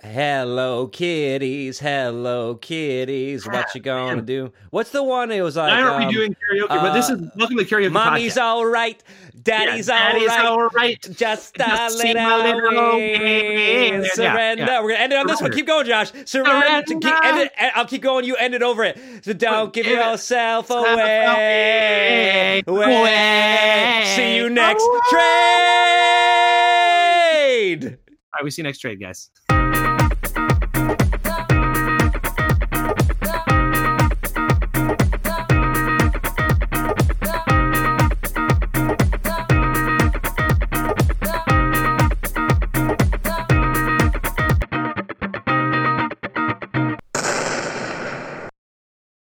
C: Hello kitties, hello kitties. What you gonna do? What's the one? It was like,
B: Ah, Why aren't
C: um,
B: we doing karaoke? but this is
C: uh,
B: welcome to karaoke.
C: mommy's
B: podcast.
C: all right, daddy's,
B: Yeah,
C: all
B: daddy's
C: right,
B: all right.
C: just a
B: Just
C: little,
B: sing a little
C: way.
B: way. Yeah,
C: surrender.
B: yeah.
C: We're gonna end it on this one.
B: Surrender.
C: Keep going, Josh. Surrender.
B: Surrender.
C: Keep- end it- I'll keep going. You end it over it. So don't give
B: give it
C: yourself away.
B: away.
C: Away. See you next
B: All
C: trade.
B: right, we see you next trade, guys.